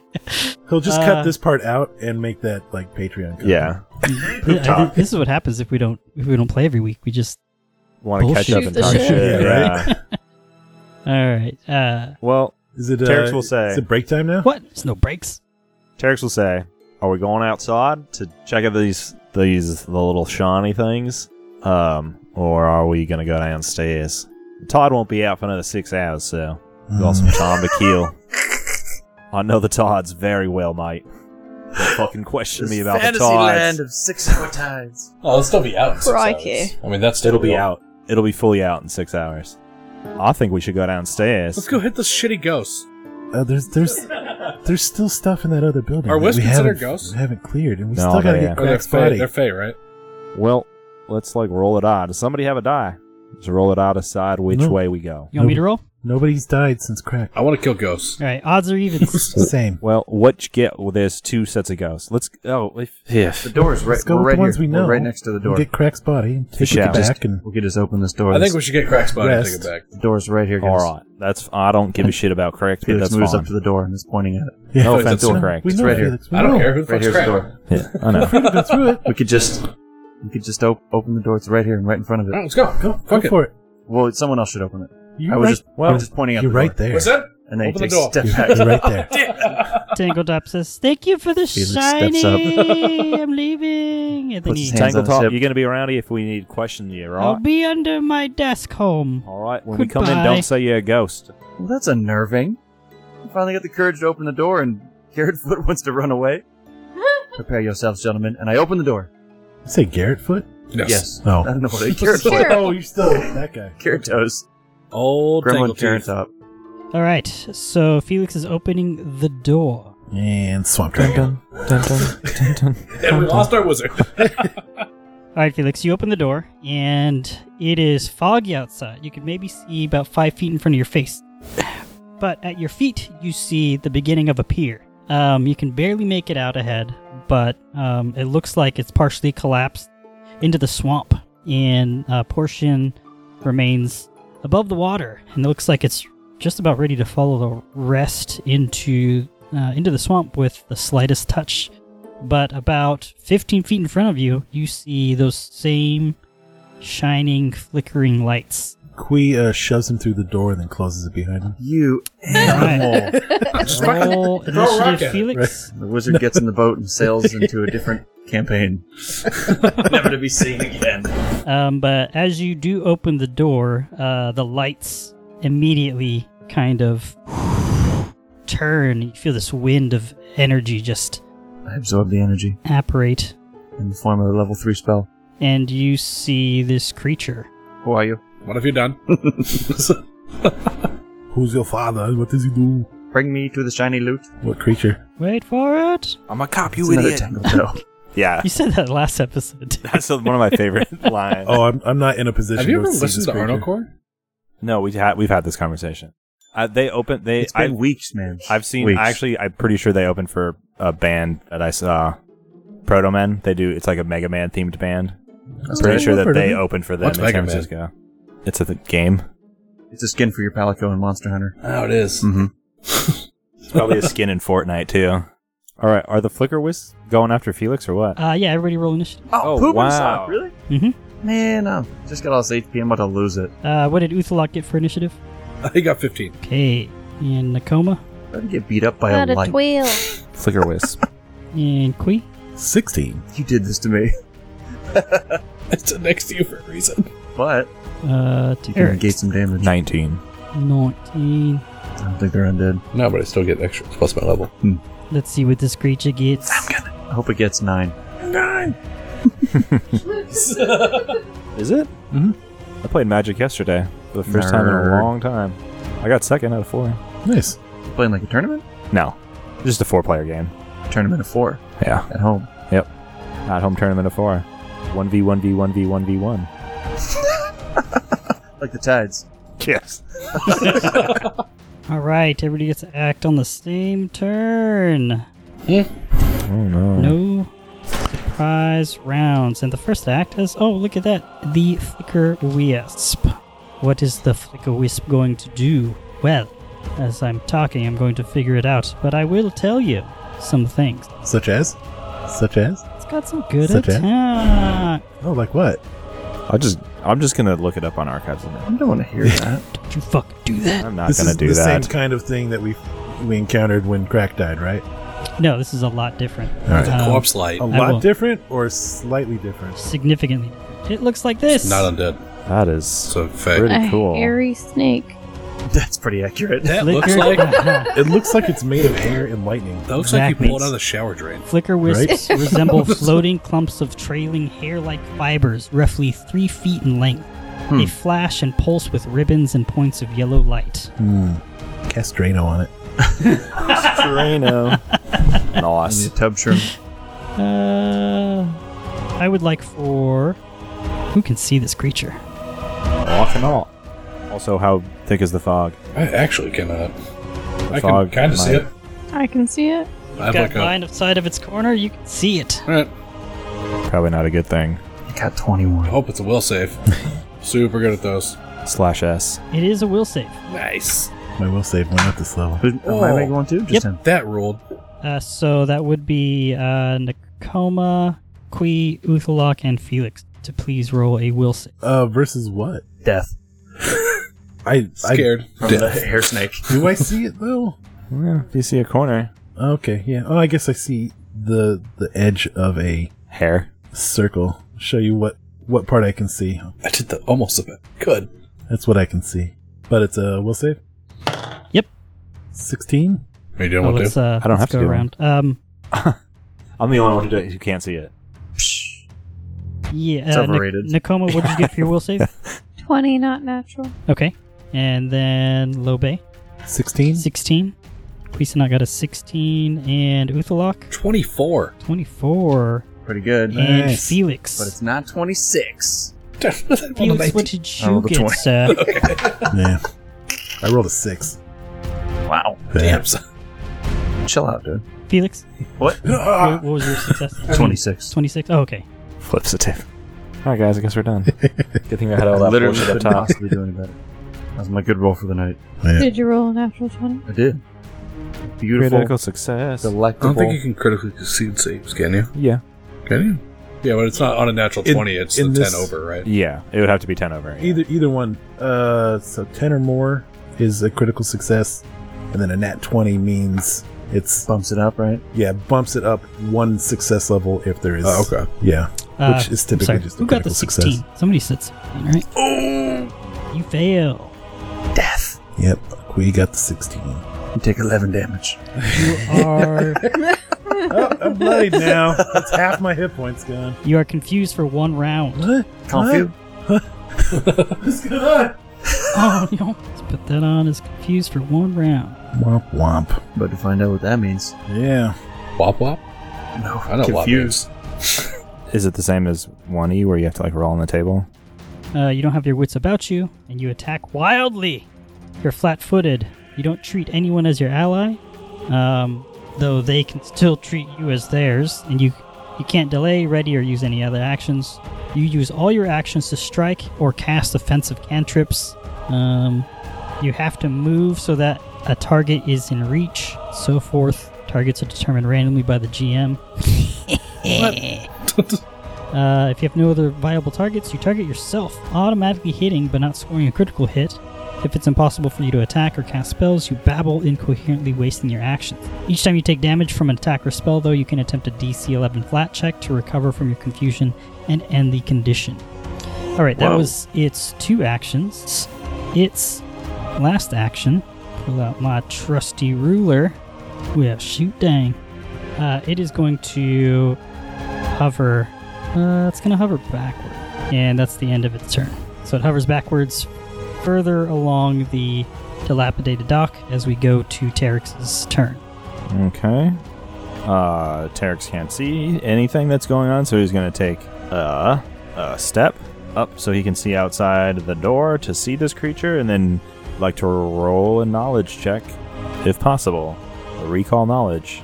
S5: He'll just
S1: Uh,
S5: cut this part out and make that like Patreon. Content.
S2: yeah,
S1: Th- I think this is what happens if we don't if we don't play every week. We just
S2: want to catch
S1: Bullshit.
S2: up and
S4: Shoot the
S2: talk
S4: shit.
S2: shit.
S5: Yeah,
S2: Yeah.
S1: all right. Uh,
S2: Well,
S5: Is it? Uh,
S2: Terex will say.
S5: Is it break time now?
S1: what? There's no breaks.
S2: Terex will say, "Are we going outside to check out these these the little shiny things, um, or are we gonna go downstairs?" Todd won't be out for another six hours, so we got some time to kill. I know the Todds very well, mate. Don't fucking question me about the
S6: fantasy
S2: Todds.
S6: land of six hour tides.
S3: [laughs] Oh, it'll still be out. in six
S4: Crikey.
S3: hours. I mean, that's still
S2: It'll be out. It'll be fully out in six hours. I think we should go downstairs.
S3: Let's go hit this shitty ghost.
S5: Uh, there's there's there's still stuff in that other building.
S3: Are
S5: that
S3: wisps
S5: we
S3: considered
S5: haven't-
S3: ghosts?
S5: We haven't cleared, and we
S2: No,
S5: still gotta
S2: they
S5: get
S2: are.
S3: Or they're
S5: Crack's
S3: fey,
S5: body.
S3: they're fey, right?
S2: Well, let's like roll a die. Does somebody have a die? Let's roll a die to decide which
S5: No.
S2: way we go.
S1: You want me to roll?
S5: Nobody's died since
S2: [laughs]
S5: Crack.
S3: I want to kill ghosts.
S1: All right. Odds or
S6: [laughs]
S1: evens.
S5: Same.
S2: Well, what you get? Well, there's two sets of ghosts. Let's. Oh, if,
S6: The door's right,
S5: Let's go
S6: we're
S5: with
S6: right
S5: the ones
S6: here.
S5: we know.
S6: We're right next to the door.
S5: We'll get Crack's body and take
S2: shall.
S5: it back. And
S6: we could just open this door.
S3: I think
S6: This-
S3: we should get Crack's body and take
S5: Rest.
S3: it back.
S6: the door's right here.
S2: all
S6: guys.
S2: right, that's. I don't give a shit about correct, but
S6: Felix
S2: that's
S6: moves
S2: fine.
S6: up to the door and is pointing at it.
S5: Yeah.
S2: no
S3: Felix,
S2: offense
S3: it's
S2: to
S5: No,
S2: correct.
S5: We
S6: It's
S5: know
S6: right here.
S5: Felix. We
S3: I don't
S5: know.
S3: care who the
S6: Right
S3: fuck's
S6: here's the
S3: Crack.
S6: door.
S2: Yeah,
S6: [laughs]
S2: I know.
S5: Go through it.
S6: We could just, we could just op- open the door. It's right here and right in front of
S3: All
S6: it.
S3: right, let's go.
S5: Go,
S3: Fuck
S5: go
S3: it.
S5: for it.
S6: Well, someone else should open it.
S5: You're
S6: I was
S5: right.
S6: just, I was just pointing out.
S5: you're
S6: the
S5: right
S6: door.
S5: there.
S3: What's [laughs] that?
S6: And then he
S3: Open the
S6: takes
S3: door.
S6: a step
S5: You're, [laughs]
S6: back.
S5: you're
S3: [laughs]
S5: right there.
S1: Tangled Top says, "Thank you for the
S6: Felix
S1: shiny.
S6: steps up.
S1: I'm leaving." And then
S6: Puts
S1: he,
S6: his hand- Hands
S2: Tangle
S6: on his
S2: top.
S6: hip.
S2: You're gonna be around here if we need to question you,
S1: I'll
S2: right?
S1: be under my desk home.
S2: all right. When we come in,
S1: Goodbye.
S2: don't say you're a ghost.
S6: Well, that's unnerving. I finally got the courage to open the door, and [laughs] Carrot Foot wants to run away. Prepare yourselves, gentlemen. And I open the door.
S5: You say Garrett Foot?
S3: Yes.
S5: Oh.
S6: I don't know what a carrot foot.
S4: Carrot.
S5: Oh, you're [laughs] still that guy.
S6: Carrot toes.
S3: Old
S6: Gremlin carrot
S3: Tangletoothed. [laughs]
S6: top.
S1: All right. So Felix is opening the door.
S5: And Swamp Dragon.
S3: And we lost our wizard.
S1: All right, Felix, you open the door, and it is foggy outside. You can maybe see about five feet in front of your face. [sighs] But at your feet, you see the beginning of a pier. Um, you can barely make it out ahead, but um, it looks like it's partially collapsed into the swamp, and a portion remains above the water, and it looks like it's just about ready to follow the rest into uh, into the swamp with the slightest touch but about 15 feet in front of you, you see those same shining, flickering lights.
S5: Kui uh, shoves him through the door and then closes it behind him.
S6: You
S1: Alright.
S6: animal.
S2: [laughs]
S1: Roll
S3: Throw a rock at
S1: initiative,
S3: it.
S1: Felix.
S6: the wizard gets in the boat and sails into a different campaign. Never to be seen again.
S1: Um, but as you do open the door, uh, the lights immediately kind of turn. You feel this wind of energy just
S6: I absorb the energy
S1: apparate,
S6: in the form of a level 3 spell.
S1: and you see this creature.
S6: Who are you?
S3: [laughs] what have you [laughs] done?
S5: Who's your father? What does he do?
S6: Bring me to the shiny loot.
S5: What creature?
S1: Wait for it!
S7: I'm a cop,
S6: It's
S7: you
S6: another
S7: idiot.
S6: tangle toe.
S2: Yeah,
S6: [laughs]
S1: You said that last episode.
S2: that's one of my favorite lines.
S5: Oh, I'm, I'm not in a position
S3: have you
S5: to
S3: ever
S5: see
S3: listened
S5: this
S3: to
S5: creature.
S3: Arnold Core?
S2: No, we've had we've had this conversation. Uh, they opened. They
S6: It's been
S2: I,
S6: weeks, man.
S2: I've seen.
S6: Weeks.
S2: Actually, I'm pretty sure they opened for a band that I saw. Proto Men. They do. It's like a Mega Man themed band. I'm
S5: right.
S2: pretty sure
S5: I've
S2: that
S5: heard of
S2: they
S5: it.
S2: opened for them
S3: What's
S2: in
S3: Mega
S2: San
S3: Man?
S2: Francisco. It's a th- game.
S6: It's a skin for your Palico and Monster Hunter.
S3: Oh, it is.
S6: Mm-hmm.
S2: It's probably a skin in Fortnite too. All right, are the Flicker Wisps going after Felix or
S1: [laughs]
S2: what?
S1: Uh, yeah, everybody roll initiative.
S2: Oh,
S6: Oh, poop
S2: wow.
S6: on a sock, really?
S1: Mm-hmm.
S6: Man, I just got all this HP. I'm about to lose it.
S1: Uh, what did Uthalok get for initiative?
S3: I got [laughs] 15.
S1: Okay, and Nakoma,
S6: I'm about to get beat up by
S4: Not
S6: a
S4: a
S6: light.
S4: twill.
S2: Flicker [laughs] Wisp.
S1: and Kui.
S5: 16.
S6: You did this to me. [laughs]
S3: It's next to you for a reason.
S6: But
S1: Uh, to
S6: You can
S1: Eric.
S6: negate some damage.
S2: 19.
S1: 19.
S6: I don't think they're undead.
S8: No, but I still get extra plus my level.
S1: Let's see what this creature gets.
S6: I hope it gets nine.
S2: Is it? Mm-hmm. I played Magic yesterday for the first time in a
S6: Nerd.
S2: long time. I got second out of four.
S5: Nice.
S6: Playing like a tournament?
S2: No, just a four-player game.
S6: Tournament of four
S2: Yeah,
S6: at home.
S2: at home tournament of four. One v one v one v one v one.
S6: Like the tides.
S2: Yes.
S1: All right, everybody gets to act on the same turn.
S2: Oh no.
S1: No surprise rounds. And the first act is oh, look at that. The Flicker Wisp. What is the Flicker Wisp going to do? Well, as I'm talking, I'm going to figure it out, but I will tell you some things.
S5: Such as? Such as?
S1: It's got some good
S5: Such a-
S1: attack.
S5: Oh, like what?
S2: I just, I'm just gonna look it up on archives.
S6: I don't want to hear that.
S1: Don't you fuck do that.
S2: I'm not
S5: this
S2: gonna
S5: is
S2: do
S5: the
S2: that.
S5: same kind of thing that we we encountered when Crack died, right?
S1: No, this is a lot different.
S5: right.
S1: Um,
S3: Corpse light.
S5: A
S1: I will-
S5: lot different or slightly different?
S1: significantly. It looks like this.
S3: Not undead.
S2: that is
S3: So fake.
S2: Pretty
S4: a
S2: cool.
S4: hairy snake.
S6: That's pretty accurate. [laughs]
S3: That looks
S1: Flicker,
S3: like that
S1: [laughs]
S5: It looks like it's made of air and lightning.
S3: looks like you
S1: Exactly.
S3: pulled out of the shower drain.
S1: Flicker
S3: [laughs]
S1: wisps resemble floating clumps of trailing hair-like fibers, roughly three feet in length. They
S3: Hmm.
S1: flash and pulse with ribbons and points of yellow light.
S5: Castrano on it.
S2: Terreno.
S6: And
S2: nice.
S6: the tub shrimp.
S1: Uh, I would like for who can see this creature?
S2: Off and all. Also, how thick is the fog?
S3: I actually cannot. I can
S2: fog
S3: kind of see
S2: might-
S3: it.
S4: I can see it.
S3: I
S1: You've
S3: have
S1: got
S3: like a.
S1: line of sight of its corner. You can see it.
S3: All right.
S2: Probably not a good thing.
S6: I got
S3: I
S6: 21.
S3: hope it's a will [laughs] save. Super good at those.
S2: Slash S.
S1: It is a will save.
S3: Nice.
S5: My will save went up this level.
S6: Who- Am I
S3: Oh.
S6: making one too? Just
S1: Yep.
S6: him.
S3: That ruled.
S1: Uh, so that would be uh, Nakoma, Kui, Uthalok, and Felix to please roll a will save.
S5: Uh, versus what?
S6: Death. [laughs]
S5: I
S3: Scared.
S6: From the hair snake.
S5: I, do I see it though?
S2: Yeah, if you see a corner.
S5: Okay, yeah. Oh, I guess I see the the edge of a
S2: Hair.
S5: circle. Show you what what part I can see.
S3: I did the almost a bit. Good.
S5: That's what I can see. But it's a will save.
S1: Yep.
S5: Sixteen.
S3: Are you doing
S1: Oh,
S3: what
S1: let's,
S3: to?
S1: uh,
S2: I don't
S1: let's
S2: have to
S1: go
S2: do one.
S1: around. Um,
S2: I'm the only one who, do- who can't see it.
S1: yeah,
S6: It's
S1: uh, Nak-
S6: overrated.
S1: Nakoma, what did you get for your will
S2: [laughs]
S1: save?
S4: 20, not natural.
S1: Okay. And then Lobe,
S5: Sixteen.
S1: 16. Quisanat got a 16. And Uthalok,
S3: 24.
S1: 24.
S6: Pretty good.
S1: And
S5: Nice.
S1: Felix.
S6: But it's not 26.
S1: Felix, what did
S6: I
S1: you
S6: rolled a
S1: get,
S6: 20.
S1: sir?
S5: yeah. I rolled a six.
S6: Wow.
S3: Damn son.
S6: Chill out, dude.
S1: Felix,
S6: What?
S1: what, what was your success?
S6: 26.
S1: 26. Oh, okay.
S2: Flips a tip. All right, guys. I guess
S6: [laughs]
S2: we're done. good thing I had all that
S6: Literally
S2: bullshit up
S6: couldn't
S2: top.
S6: possibly do any better. That was my good roll for the night.
S5: Yeah.
S4: Did you roll a natural 20?
S6: I did. Beautiful,
S2: Critical success.
S3: I don't
S6: delectable.
S3: think you can critically succeed saves, can you?
S2: Yeah.
S3: Can you? Yeah, but it's not on a natural
S5: In-
S3: 20. It's the
S5: in
S3: 10
S5: this-
S3: over, right?
S2: Yeah. It would have to be ten over. yeah.
S5: [laughs] Either either one. Uh, so ten or more is a critical success, and then a nat twenty means it's
S6: Bumps it up, right?
S5: yeah bumps it up one success level if there is.
S3: Oh, okay.
S5: Yeah.
S1: Uh,
S5: Which is
S1: I'm
S5: typically
S1: sorry.
S5: just a
S1: Who got the
S5: critical success.
S1: 16? Somebody said 16, right? Oh! You fail.
S5: Yep. We got the sixteen.
S6: You take 11 damage.
S1: You are
S5: [laughs] oh, I'm bloodied now. That's half my hit points gone.
S1: you are confused for one round.
S5: What?
S6: Confu.
S5: What's going on?
S1: Oh [laughs] no! Let's put that on. Is confused for one round.
S5: Womp womp.
S6: But to find out what that means.
S5: Yeah.
S3: Wop wop?
S6: No,
S3: I know wop
S6: confused.
S3: means.
S2: Is it the same as one E where you have to like roll on the table?
S1: Uh, you don't have your wits about you, and you attack wildly. You're flat-footed. You don't treat anyone as your ally, um, though they can still treat you as theirs. And you you can't delay, ready, or use any other actions. You use all your actions to strike or cast offensive cantrips. Um, you have to move so that a target is in reach, so forth. Targets are determined randomly by the GM. Uh, if you have no other viable targets, you target yourself, automatically hitting but not scoring a critical hit. If it's impossible for you to attack or cast spells, you babble incoherently, wasting your actions. Each time you take damage from an attack or spell, though, you can attempt a DC 11 flat check to recover from your confusion and end the condition. All All right, that
S6: Whoa.
S1: was its two actions. Its last action. Pull out my trusty ruler. Well, shoot, dang. Uh, it is going to hover. Uh, it's going to hover backward, and that's the end of its turn. So it hovers backwards, further along the dilapidated dock as we go to Terex's turn.
S2: Okay. Uh, Terex can't see anything that's going on, so he's going to take uh, a step up so he can see outside the door to see this creature, and then like to roll a knowledge check, if possible. A recall knowledge.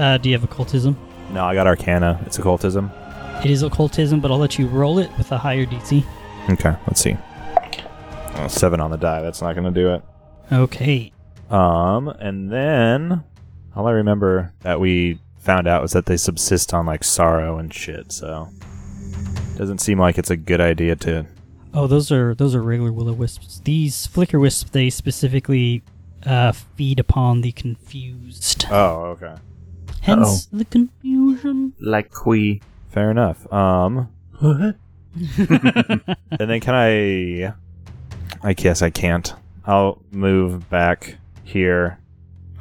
S1: Uh, do you have occultism?
S2: No, I got Arcana. It's occultism.
S1: It is occultism, but I'll let you roll it with a higher DC.
S2: Okay, let's see. Oh, seven on the die. That's not going to do it.
S1: Okay.
S2: Um, and then all I remember that we found out was that they subsist on like sorrow and shit. So doesn't seem like it's a good idea to.
S1: Oh, those are those are regular will o wisps. These flicker wisps they specifically uh, feed upon the confused.
S2: Oh, okay.
S1: Hence the confusion.
S6: Like Quee.
S2: Fair enough. Um,
S5: What?
S2: [laughs] and then can I? I guess I can't. I'll move back here,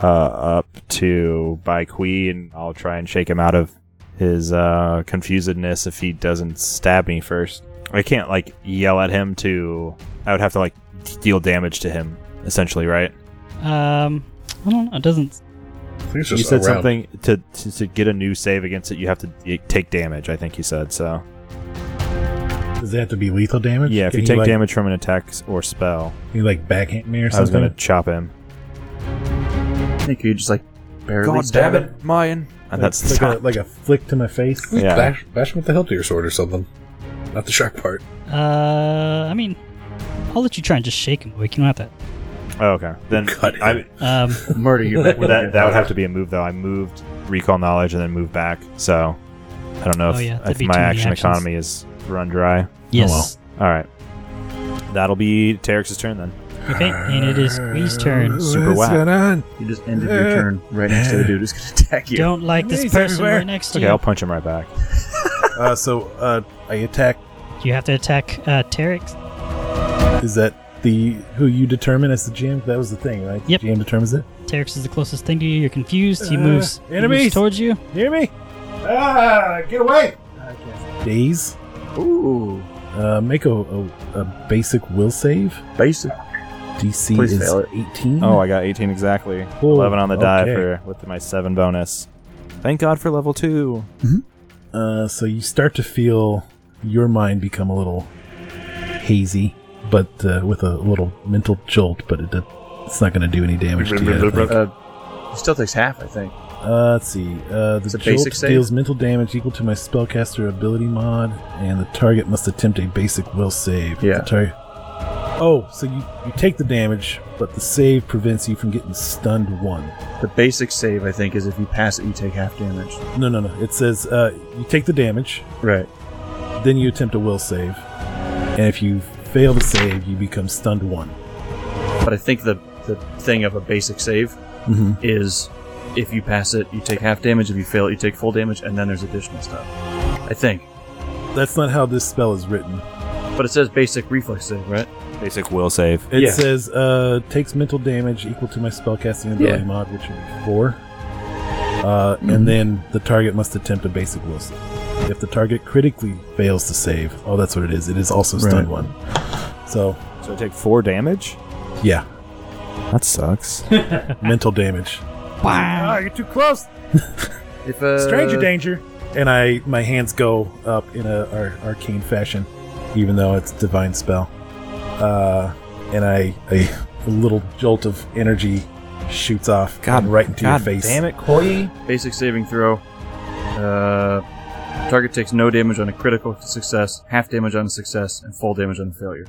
S2: uh, up to by Queen. and I'll try and shake him out of his uh confusedness if he doesn't stab me first. I can't like yell at him to. I would have to like deal damage to him essentially, right?
S1: Um, I don't know. It doesn't.
S3: I think it's
S2: You
S3: just
S2: said
S3: a round.
S2: something to, to to get a new save against it. You have to y- take damage. I think you said so.
S5: Does it have to be lethal damage?
S2: Yeah, if
S5: Can
S2: you
S5: he,
S2: take
S5: like,
S2: damage from an attack s- or spell,
S5: can he, like backhand me or
S2: I was
S5: something.
S2: gonna chop him.
S6: I think you just like barely. stab it.
S2: Mayan. And that's the
S5: like,
S2: time.
S5: a, like a flick to my face.
S2: [laughs] Yeah.
S3: Bash, bash him with the hilt of your sword or something. Not the sharp part. [laughs]
S1: Uh, I mean, I'll let you try and just shake him awake. You don't have
S2: Oh, okay. Then
S3: Cut it.
S2: I,
S1: to.
S2: [laughs]
S1: Um,
S2: Oh,
S6: Murder you.
S2: that
S3: [laughs]
S2: that would have to be a move though. I moved recall knowledge and then moved back. So I don't know
S1: Oh,
S2: if,
S1: yeah, that'd
S2: if
S1: be
S2: my
S1: too many
S2: action
S1: actions.
S2: economy is run dry.
S1: yes.
S2: All right. That'll be Terex's turn then.
S1: Okay, and it is Quee's
S5: [laughs]
S1: turn.
S2: Super whack.
S5: on?
S6: You just ended your turn right next to the dude who's gonna attack you.
S1: Don't like this
S5: He's
S1: person
S5: everywhere.
S1: right next to
S2: Okay,
S1: you.
S2: I'll punch him right back.
S5: Uh, so uh, I attack.
S1: You have to attack uh, Terex.
S5: Is that the who you determine as the GM? That was the thing, right?
S1: Yep.
S5: GM determines it.
S1: Terex is the closest thing to you. You're confused. He
S5: Uh,
S1: moves, he moves
S5: enemies.
S1: towards you.
S5: Hear me? Ah, get away! Days.
S6: Ooh,
S5: Uh, make a, a, a basic will save.
S6: basic.
S5: DC
S6: Please
S5: is
S6: fail it.
S5: 18.
S2: Oh, I got 18 exactly.
S5: Cool.
S2: 11 on the die
S5: Okay.
S2: for with my 7 bonus. Thank God for level 2.
S5: Uh, so you start to feel your mind become a little hazy, but uh, with a little mental jolt, but it, it's not going to do any damage to you. I think.
S6: Uh, it still takes half, I think.
S5: Uh, let's see. Uh, the
S6: It's a
S5: jolt
S6: basic save?
S5: deals mental damage equal to my spellcaster ability mod, and the target must attempt a basic will save.
S6: Yeah.
S5: The target. Oh, so you, you take the damage, but the save prevents you from getting stunned one.
S6: The basic save, I think, is if you pass it, you take half damage.
S5: No, no, no. It says uh, you take the damage,
S6: Right.
S5: then you attempt a will save, and if you fail to save, you become stunned one.
S6: But I think the the thing of a basic save
S5: Mm-hmm.
S6: is if you pass it, you take half damage. If you fail it, you take full damage, and then there's additional stuff. I think.
S5: That's not how this spell is written.
S6: But it says basic reflex save, right?
S2: Basic will save.
S5: It
S6: Yeah.
S5: says uh, takes mental damage equal to my spellcasting ability
S6: Yeah.
S5: mod, which would be four. Uh, And then the target must attempt a basic will save. If the target critically fails to save, oh, that's what it is. It is also stunned
S6: Right.
S5: one. So
S2: So I take 4 damage?
S5: yeah,
S2: That sucks.
S5: mental damage.
S1: Wow.
S5: Ah, you're too close.
S6: If uh,
S5: danger. And I, my hands go up in a ar- arcane fashion, even though it's divine spell. Uh, and I, a, a little jolt of energy shoots off and right into
S2: God
S5: your face.
S2: Damn it, Koi.
S6: Basic saving throw. Uh, target takes no damage on a critical success, half damage on a success, and full damage on a failure.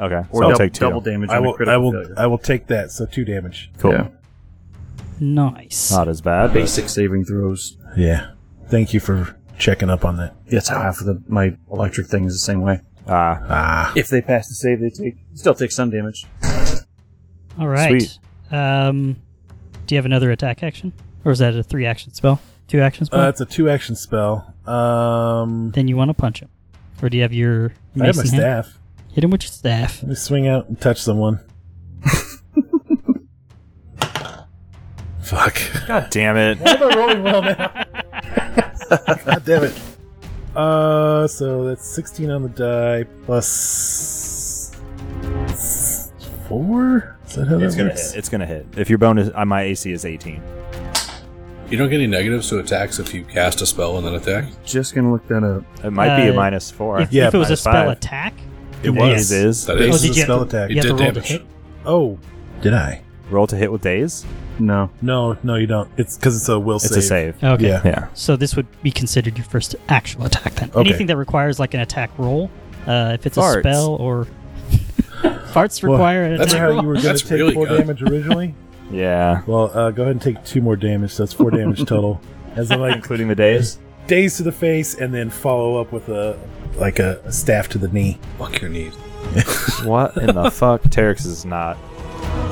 S2: Okay,
S6: Or
S2: so I'll
S6: dou-
S2: take two.
S6: double damage
S5: I
S6: on a
S5: will, I
S6: critical
S5: will,
S6: failure.
S5: I will take that. So two damage.
S2: Cool.
S6: Yeah.
S1: Nice.
S2: Not as bad. but-
S6: Basic saving throws.
S5: Yeah. Thank you for checking up on that.
S6: That's how half of the, my electric thing is the same way.
S2: Ah,
S5: Ah,
S6: If they pass the save, they take still take some damage.
S1: All right. Um, do you have another attack action, or is that a three action spell? Two action spell.
S5: uh, it's a two action spell. Um,
S1: then you want to punch him. Or do you have your
S5: I have
S1: mace
S5: my
S1: in hand?
S5: staff.
S1: Hit him with your staff.
S5: Let me swing out and touch someone. [laughs] Fuck.
S2: God damn it.
S5: I'm not rolling well now. [laughs] God damn it. Uh, so that's 16 on the die plus four. Is that how
S2: It's
S5: that
S2: gonna
S5: works?
S2: hit. It's gonna hit. If your bonus, uh, my AC is 18.
S3: You don't get any negatives to attacks if you cast a spell and then attack.
S6: Just gonna look that up.
S2: It might be a
S1: Uh,
S2: minus four.
S1: If,
S5: Yeah,
S1: if it was a
S2: minus
S1: spell
S2: five.
S1: attack,
S5: It
S2: Daze is.
S3: That
S5: Daze
S3: is-
S1: Oh,
S5: is
S1: did
S5: a
S1: you-
S5: spell attack.
S3: It
S1: you have to roll
S3: did
S1: to
S3: damage.
S1: hit.
S5: Oh, did I?
S2: Roll to hit with daze.
S6: No.
S5: No, no, you don't. It's because it's a will
S2: It's
S5: save.
S2: a save.
S1: okay.
S5: Yeah.
S2: Yeah.
S1: So this would be considered your first actual attack then.
S5: Okay.
S1: Anything that requires like an attack roll, uh, if it's
S2: Farts.
S1: a spell or [laughs] farts
S5: Well,
S1: require an
S3: that's
S5: That's
S1: attack
S5: how
S1: roll.
S5: you were going
S3: That's
S5: to take
S3: really
S5: four
S3: good. [laughs]
S5: damage originally.
S2: Yeah.
S5: well, uh, go ahead and take two more damage. So that's four damage total. As I like
S2: Including the daze.
S5: daze to the face, and then follow up with a like a, a staff to the knee.
S3: Fuck your need.
S2: what
S1: [laughs]
S2: in the fuck? Terex is not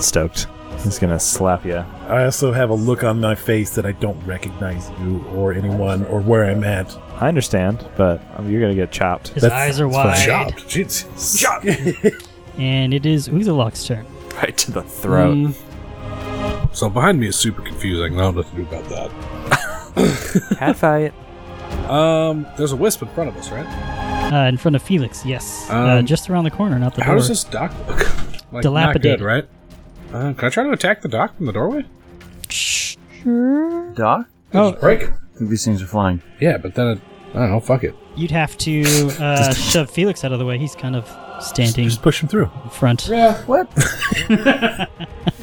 S2: stoked. He's gonna slap you.
S5: I also have a look on my face that I don't recognize you or anyone or where I'm at.
S2: I understand, but um, you're gonna get chopped.
S1: His
S5: that's-
S1: eyes are
S5: that's
S1: wide,
S3: Chopped. Jesus.
S1: and it is Uzalok's turn.
S2: Right to the throat.
S3: Mm. So behind me is super confusing. I don't know what to do about that.
S2: Cat fight.
S3: Um, there's a wisp in front of us, right?
S1: Uh, in front of Felix, yes. uh,
S3: Um,
S1: just around the corner, not the
S3: How
S1: door.
S3: does this dock look? Like, not
S1: Dilapidated.
S3: good, right? Uh, can I try to attack the dock from the doorway?
S4: Sure.
S6: Doc?
S1: Oh.
S3: Just break it.
S6: I think these things are flying.
S3: Yeah, but then it, I don't know. Fuck it.
S1: You'd have to
S5: [laughs]
S1: uh, shove Felix out of the way. He's kind of standing
S5: Just push him through.
S1: in front.
S6: What?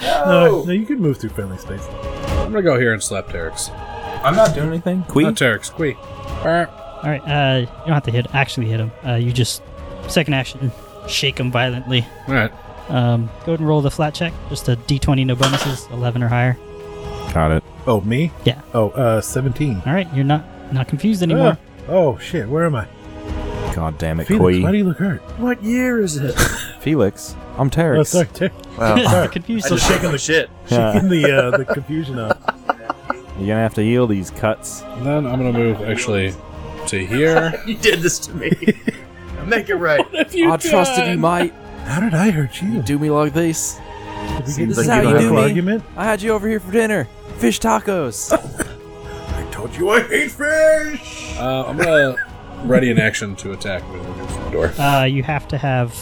S5: No, no, you can move through friendly space.
S3: I'm gonna go here and slap Terex.
S2: I'm not doing anything. Queen.
S3: Not Terex. Quee. Alright.
S1: All right, uh, you don't have to hit. Actually, hit him. Uh, you just second action, shake him violently.
S3: Alright.
S1: Um, go ahead and roll the flat check. Just a D20, no bonuses, 11 or higher.
S2: Got it.
S5: Oh, me?
S1: Yeah.
S5: Oh, uh, 17.
S1: All right, you're not not confused [laughs] anymore.
S5: Ah, oh, shit, where am I?
S2: God damn it,
S5: Felix, why do
S2: Queen.
S5: you look hurt?
S6: What year is it?
S2: Felix. I'm
S5: Oh,
S2: Terex.
S5: sorry, Ter-
S6: Wow.
S1: It's the confused.
S6: just shaking the shit.
S2: Yeah.
S5: shaking the, uh, the confusion off.
S2: You're gonna have to heal these cuts.
S3: And then I'm gonna move actually
S1: [laughs]
S3: to here.
S6: You did this to me. Make it right.
S9: I trusted you, mate.
S5: How did I hurt you?
S9: You do me like this.
S5: Did we get
S6: Seems
S5: into
S6: like you
S5: a
S6: don't
S5: local
S6: have-
S5: argument?
S9: I had you over here for dinner. Fish
S1: [laughs]
S9: tacos.
S5: I told you I hate fish!
S3: Uh, I'm gonna ready an action to attack when we move from the door.
S1: Uh, you have to have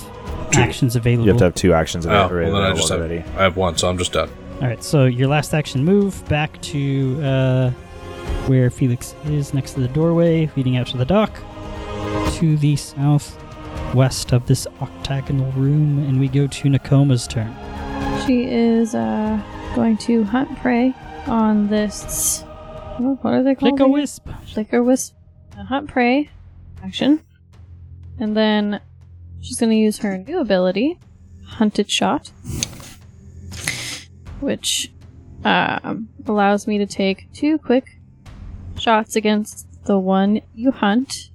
S1: actions available.
S2: You have to have two actions
S3: Oh,
S2: of
S3: well,
S2: it
S3: then I just have,
S2: already.
S3: I have one, so I'm just done.
S1: All right, so your last action move back to uh, where Felix is next to the doorway leading out to the dock to the southwest of this octagonal room, and we go to Nakoma's turn.
S4: She is uh, going to hunt prey on this. oh, What are they called?
S1: Click a
S4: again?
S1: wisp.
S4: Flicker Wisp. A hunt prey action. And then she's going to use her new ability, Hunted Shot, which um, allows me to take two quick shots against the one you hunt.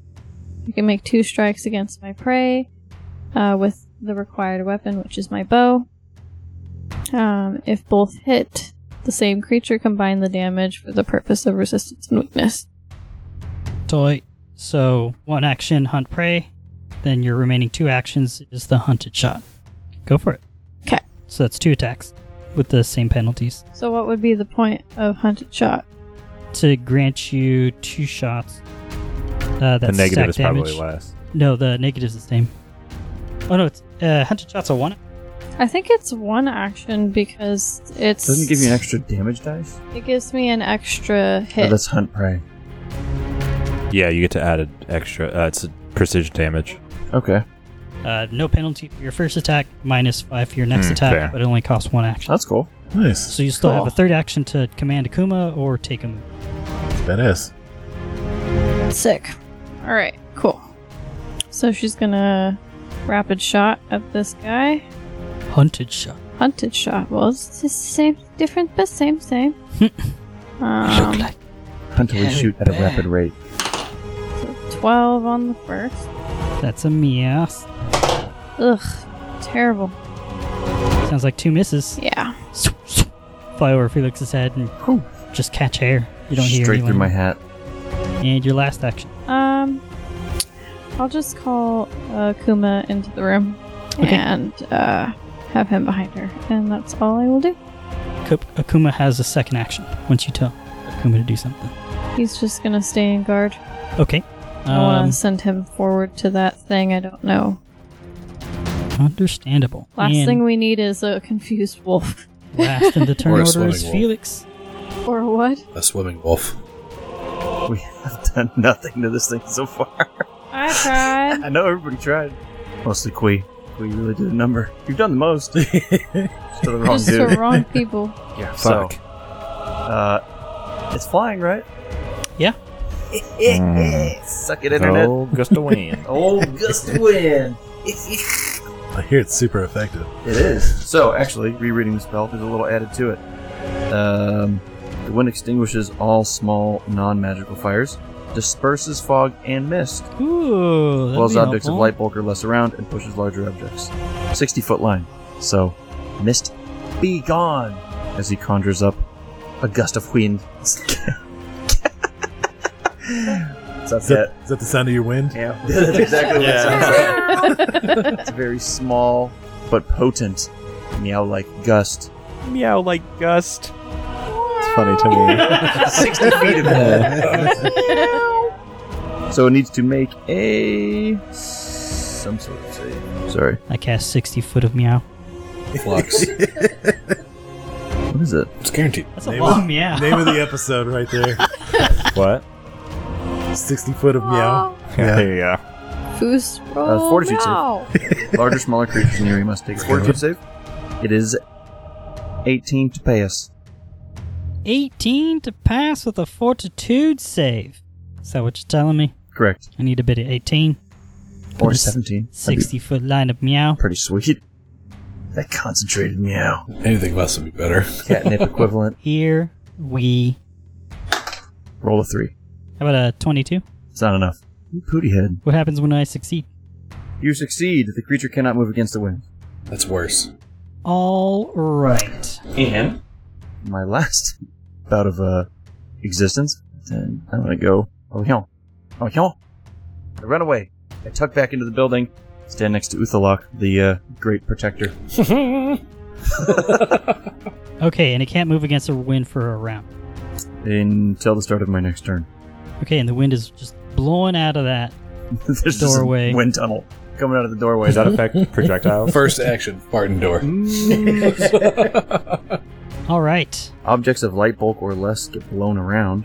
S4: I can make two strikes against my prey uh, with the required weapon, which is my bow. Um, if both hit the same creature, combine the damage for the purpose of resistance and weakness.
S1: Toy. So one action, hunt prey. Then your remaining two actions is the hunted shot. Go for it.
S4: 'Kay.
S1: So that's two attacks with the same penalties.
S4: So, what would be the point of hunted shot?
S1: To grant you two shots. Uh, that's
S2: the negative
S1: stack
S2: is
S1: damage.
S2: probably less.
S1: No, the negative's the same. Oh no, it's uh, hunted shots a one.
S4: I think it's one action because it's
S6: Doesn't it give you an extra damage dice?
S4: It gives me an extra hit.
S6: Oh, that's hunt prey.
S2: Yeah, you get to add an extra. Uh, it's a precision damage.
S6: Okay.
S1: Uh, no penalty for your first attack, minus five for your next
S2: Hmm,
S1: attack,
S2: fair.
S1: but it only costs one action.
S6: That's cool.
S5: Nice.
S1: So you still have
S4: Cool.
S1: a third action to command Akuma or take a move.
S5: Badass.
S4: Sick. All right, cool. So she's gonna rapid shot at this guy.
S1: Hunted shot.
S4: Hunted shot. Well, it's the same, different, but same,
S6: [laughs]
S4: same. um,
S6: Hunter would shoot at a rapid rate.
S4: so twelve on the first.
S1: That's a mias.
S4: Ugh, terrible.
S1: Sounds like two misses.
S4: Yeah.
S1: Fly over Felix's head and
S6: Cool.
S1: just catch hair. You don't
S6: Straight
S1: hear anyone.
S6: through my hat.
S1: And your last action.
S4: Um, I'll just call uh, Kuma into the room
S1: Okay.
S4: and uh, have him behind her, and that's all I will do.
S1: Kup- Akuma has a second action once you tell Akuma to do something.
S4: He's just gonna stay in guard.
S1: Okay.
S4: I want
S1: Um,
S4: to send him forward to that thing. I don't know.
S1: understandable.
S4: Last
S1: And
S4: thing we need is a confused wolf. [laughs]
S1: last in the turn
S3: Or a
S1: order is
S3: swimming wolf.
S1: Felix.
S4: Or what?
S3: A swimming wolf.
S6: [laughs] We have done nothing to this thing so far. [laughs]
S4: I [laughs] tried.
S6: I know everybody tried. Mostly Quee. Quee really did a number. You've done the most. to the wrong
S4: Just the
S6: dude. [laughs]
S4: wrong people.
S6: Yeah,
S2: Fuck.
S6: uh, it's flying, right?
S1: Yeah.
S2: Mm.
S6: Suck it, internet.
S2: Oh, gust of
S9: [laughs]
S2: wind.
S6: Oh, just win.
S5: I hear it's super effective.
S6: It is. So, actually, rereading the spell, there's a little added to it. Um, the wind extinguishes all small, non magical fires, disperses fog and mist,
S1: Ooh. that'd
S6: blows
S1: be
S6: objects
S1: helpful.
S6: of light bulk or less around, and pushes larger objects. 60 foot line. So, mist, be gone! As he conjures up a gust of wind. [laughs] so that's
S5: Is that,
S6: it.
S5: is that the sound of your wind?
S6: Yeah, [laughs] that's exactly what it
S2: Yeah.
S6: sounds like. It's very small but potent, meow like gust.
S2: Meow like gust. It's funny to me.
S6: 60 feet of that. so it needs to make a. some sort of save. Sorry.
S1: I cast 60 foot of meow.
S6: [laughs]
S3: Flux.
S6: What is it?
S10: It's guaranteed.
S1: That's a
S5: Name
S1: long
S6: [laughs]
S5: it.
S1: meow.
S5: Name of the episode right there.
S2: what?
S5: 60 foot of meow.
S2: There you go.
S4: Foos Oh,
S6: Uh,
S4: roll
S6: fortitude save. [laughs]
S4: now.
S6: Larger, smaller creatures in the area must take a fortitude save. It is 18 to pass.
S1: 18 to pass with a fortitude save. Is that what you're telling me?
S6: Correct.
S1: I need to bid at 18.
S6: Or
S1: Just
S6: 17. That'd be
S1: 60 foot line of meow.
S6: Pretty sweet. That concentrated meow.
S3: Anything less would be better.
S6: Catnip equivalent.
S1: Here we.
S6: Roll a 3.
S1: How about a 22?
S6: It's not enough. You pooty head.
S1: What happens when I succeed?
S6: You succeed. The creature cannot move against the wind.
S3: That's worse.
S1: All right.
S6: And my last [laughs] bout of uh, existence, then I'm gonna go over here. Over here. I run away. I tuck back into the building. Stand next to Uthalok, the uh, great protector.
S1: Okay, and it can't move against the wind for a round.
S6: until the start of my next turn. [laughs]
S1: Okay, and the wind is just blowing out of that.
S6: There's just a
S1: Doorway.
S6: wind tunnel coming out of the doorway.
S1: [laughs]
S2: Does that affect projectiles?
S3: First action, Barton door.
S6: Hmm?
S1: All right.
S6: Objects of light bulk or less get blown around.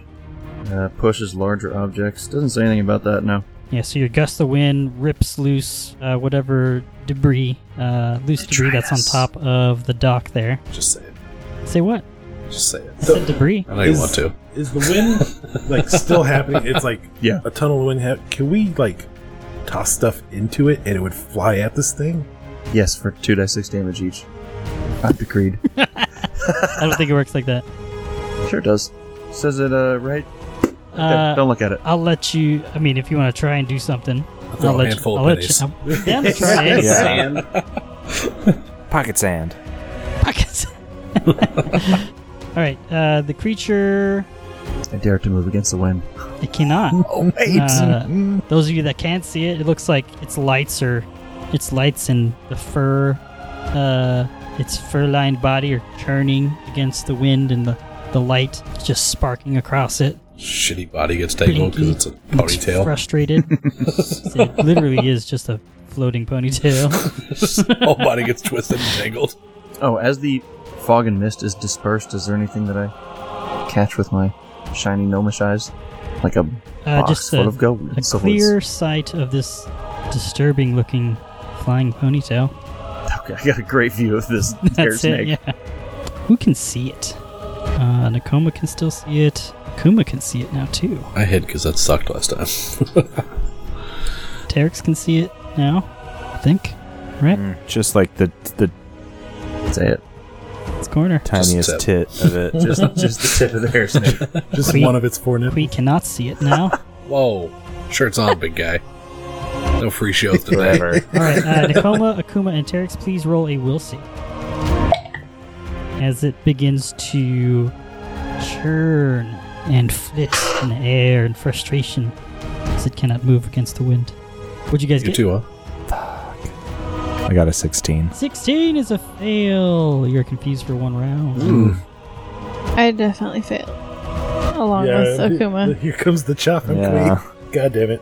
S6: Uh, pushes larger objects. Doesn't say anything about that. No.
S1: Yeah, so your gust of wind rips loose uh, whatever debris, uh, loose debris that's on
S6: Detritus.
S1: top of the dock there.
S3: Just say it.
S1: Say what?
S3: Just say it.
S1: I said debris.
S3: I know you
S5: Is-
S3: want to.
S5: Is the wind like still happening? It's like
S6: Yeah.
S5: a tunnel of wind. Ha- Can we like toss stuff into it and it would fly at this thing?
S6: Yes, for two die six damage each.
S1: [laughs]
S6: I've decreed.
S1: I don't think it works like that.
S6: Sure does. Says it uh right. Okay,
S1: Uh,
S6: don't look at it.
S1: I'll let you. I mean, if you want to try and do something,
S3: throw
S1: I'll
S3: a
S1: let
S3: handful
S1: you.
S3: of
S1: I'll let
S3: pennies.
S1: you. I'm down to
S3: [laughs]
S1: try it.
S2: Yeah. [laughs]
S11: Pocket sand.
S1: Pockets. [laughs] All right. Uh, the creature.
S6: I dare to move against the wind.
S1: It cannot.
S6: [laughs] Oh wait.
S1: Uh, those of you that can't see it, it looks like its lights are, its lights and the fur, uh, its fur-lined body are churning against the wind and the the light is just sparking across it.
S3: Shitty body gets tangled because it's a
S1: It looks
S3: ponytail. [laughs]
S1: Frustrated. it literally is just a floating
S3: [laughs]
S1: ponytail.
S3: Whole body gets twisted and tangled.
S6: oh, as the fog and mist is dispersed, is there anything that I catch with my shiny gnomish eyes? Like a
S1: Uh,
S6: box
S1: just
S6: full
S1: a,
S6: of gold
S1: a
S6: and
S1: clear sight of this disturbing-looking flying ponytail.
S6: Okay, I got a great view of this bear
S1: [laughs] That's it.
S6: snake.
S1: Yeah. Who can see it? Uh, Nakoma can still see it. Kuma can see it now too.
S3: I hid because that sucked last time.
S1: Terex can see it now. I think. Right?
S2: Mm, Just like the the
S6: Say it.
S1: It's corner.
S2: tiniest
S3: tip.
S2: tit of [laughs] it.
S6: Just, just the tip of the hair snake.
S5: Just
S1: Queen.
S5: one of its four nipples.
S1: We cannot see it
S6: [laughs]
S1: now.
S3: [laughs] Whoa. Shirt's on, big guy. No free show today.
S2: Whatever.
S1: All right. Uh, Nakoma, Akuma, and Terex, please roll a will save. As it begins to churn and flit in the air in frustration, as it cannot move against the wind. What'd you guys
S3: You
S1: get?
S3: too, huh?
S2: I got a 16.
S1: 16 is a fail. You're confused for one round.
S4: I definitely failed. Along with Okuma.
S5: Here comes the chopping
S2: Yeah.
S5: queen. God damn it.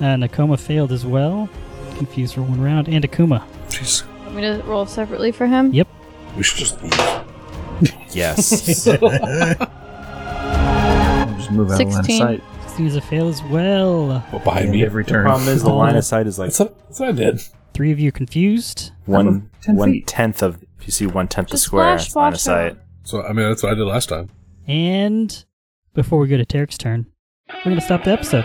S1: Uh, Nakoma failed as well. Confused for one round. And Akuma.
S3: Jeez.
S4: Want me to roll separately for him?
S1: Yep.
S3: We should just leave.
S2: [laughs] Yes.
S6: I'll just move out of line
S4: 16.
S6: of sight.
S1: 16 is a fail as well.
S3: But behind
S6: End
S3: me.
S6: every
S2: the
S6: turn.
S2: problem is the line of sight is like
S3: That's what, that's what I did.
S1: Three of you are confused.
S2: one
S6: Ten
S2: one
S6: feet.
S2: tenth of you see one tenth of
S4: Just
S2: square
S4: flash
S2: line of
S4: watch her.
S2: sight.
S3: So, I mean, that's what I did last time.
S1: And before we go to Tarek's turn, we're going to stop the episode.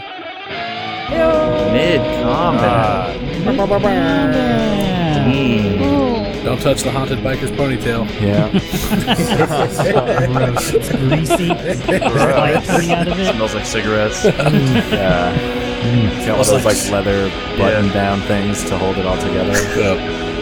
S6: Mid combat.
S2: [laughs]
S4: Ooh.
S3: Don't touch the haunted biker's ponytail.
S2: Yeah.
S1: Gross. It's [laughs] greasy. There's light coming out of it.
S6: Smells like cigarettes.
S2: yeah. Got one of those like leather button down things to hold it all together.
S3: Yeah.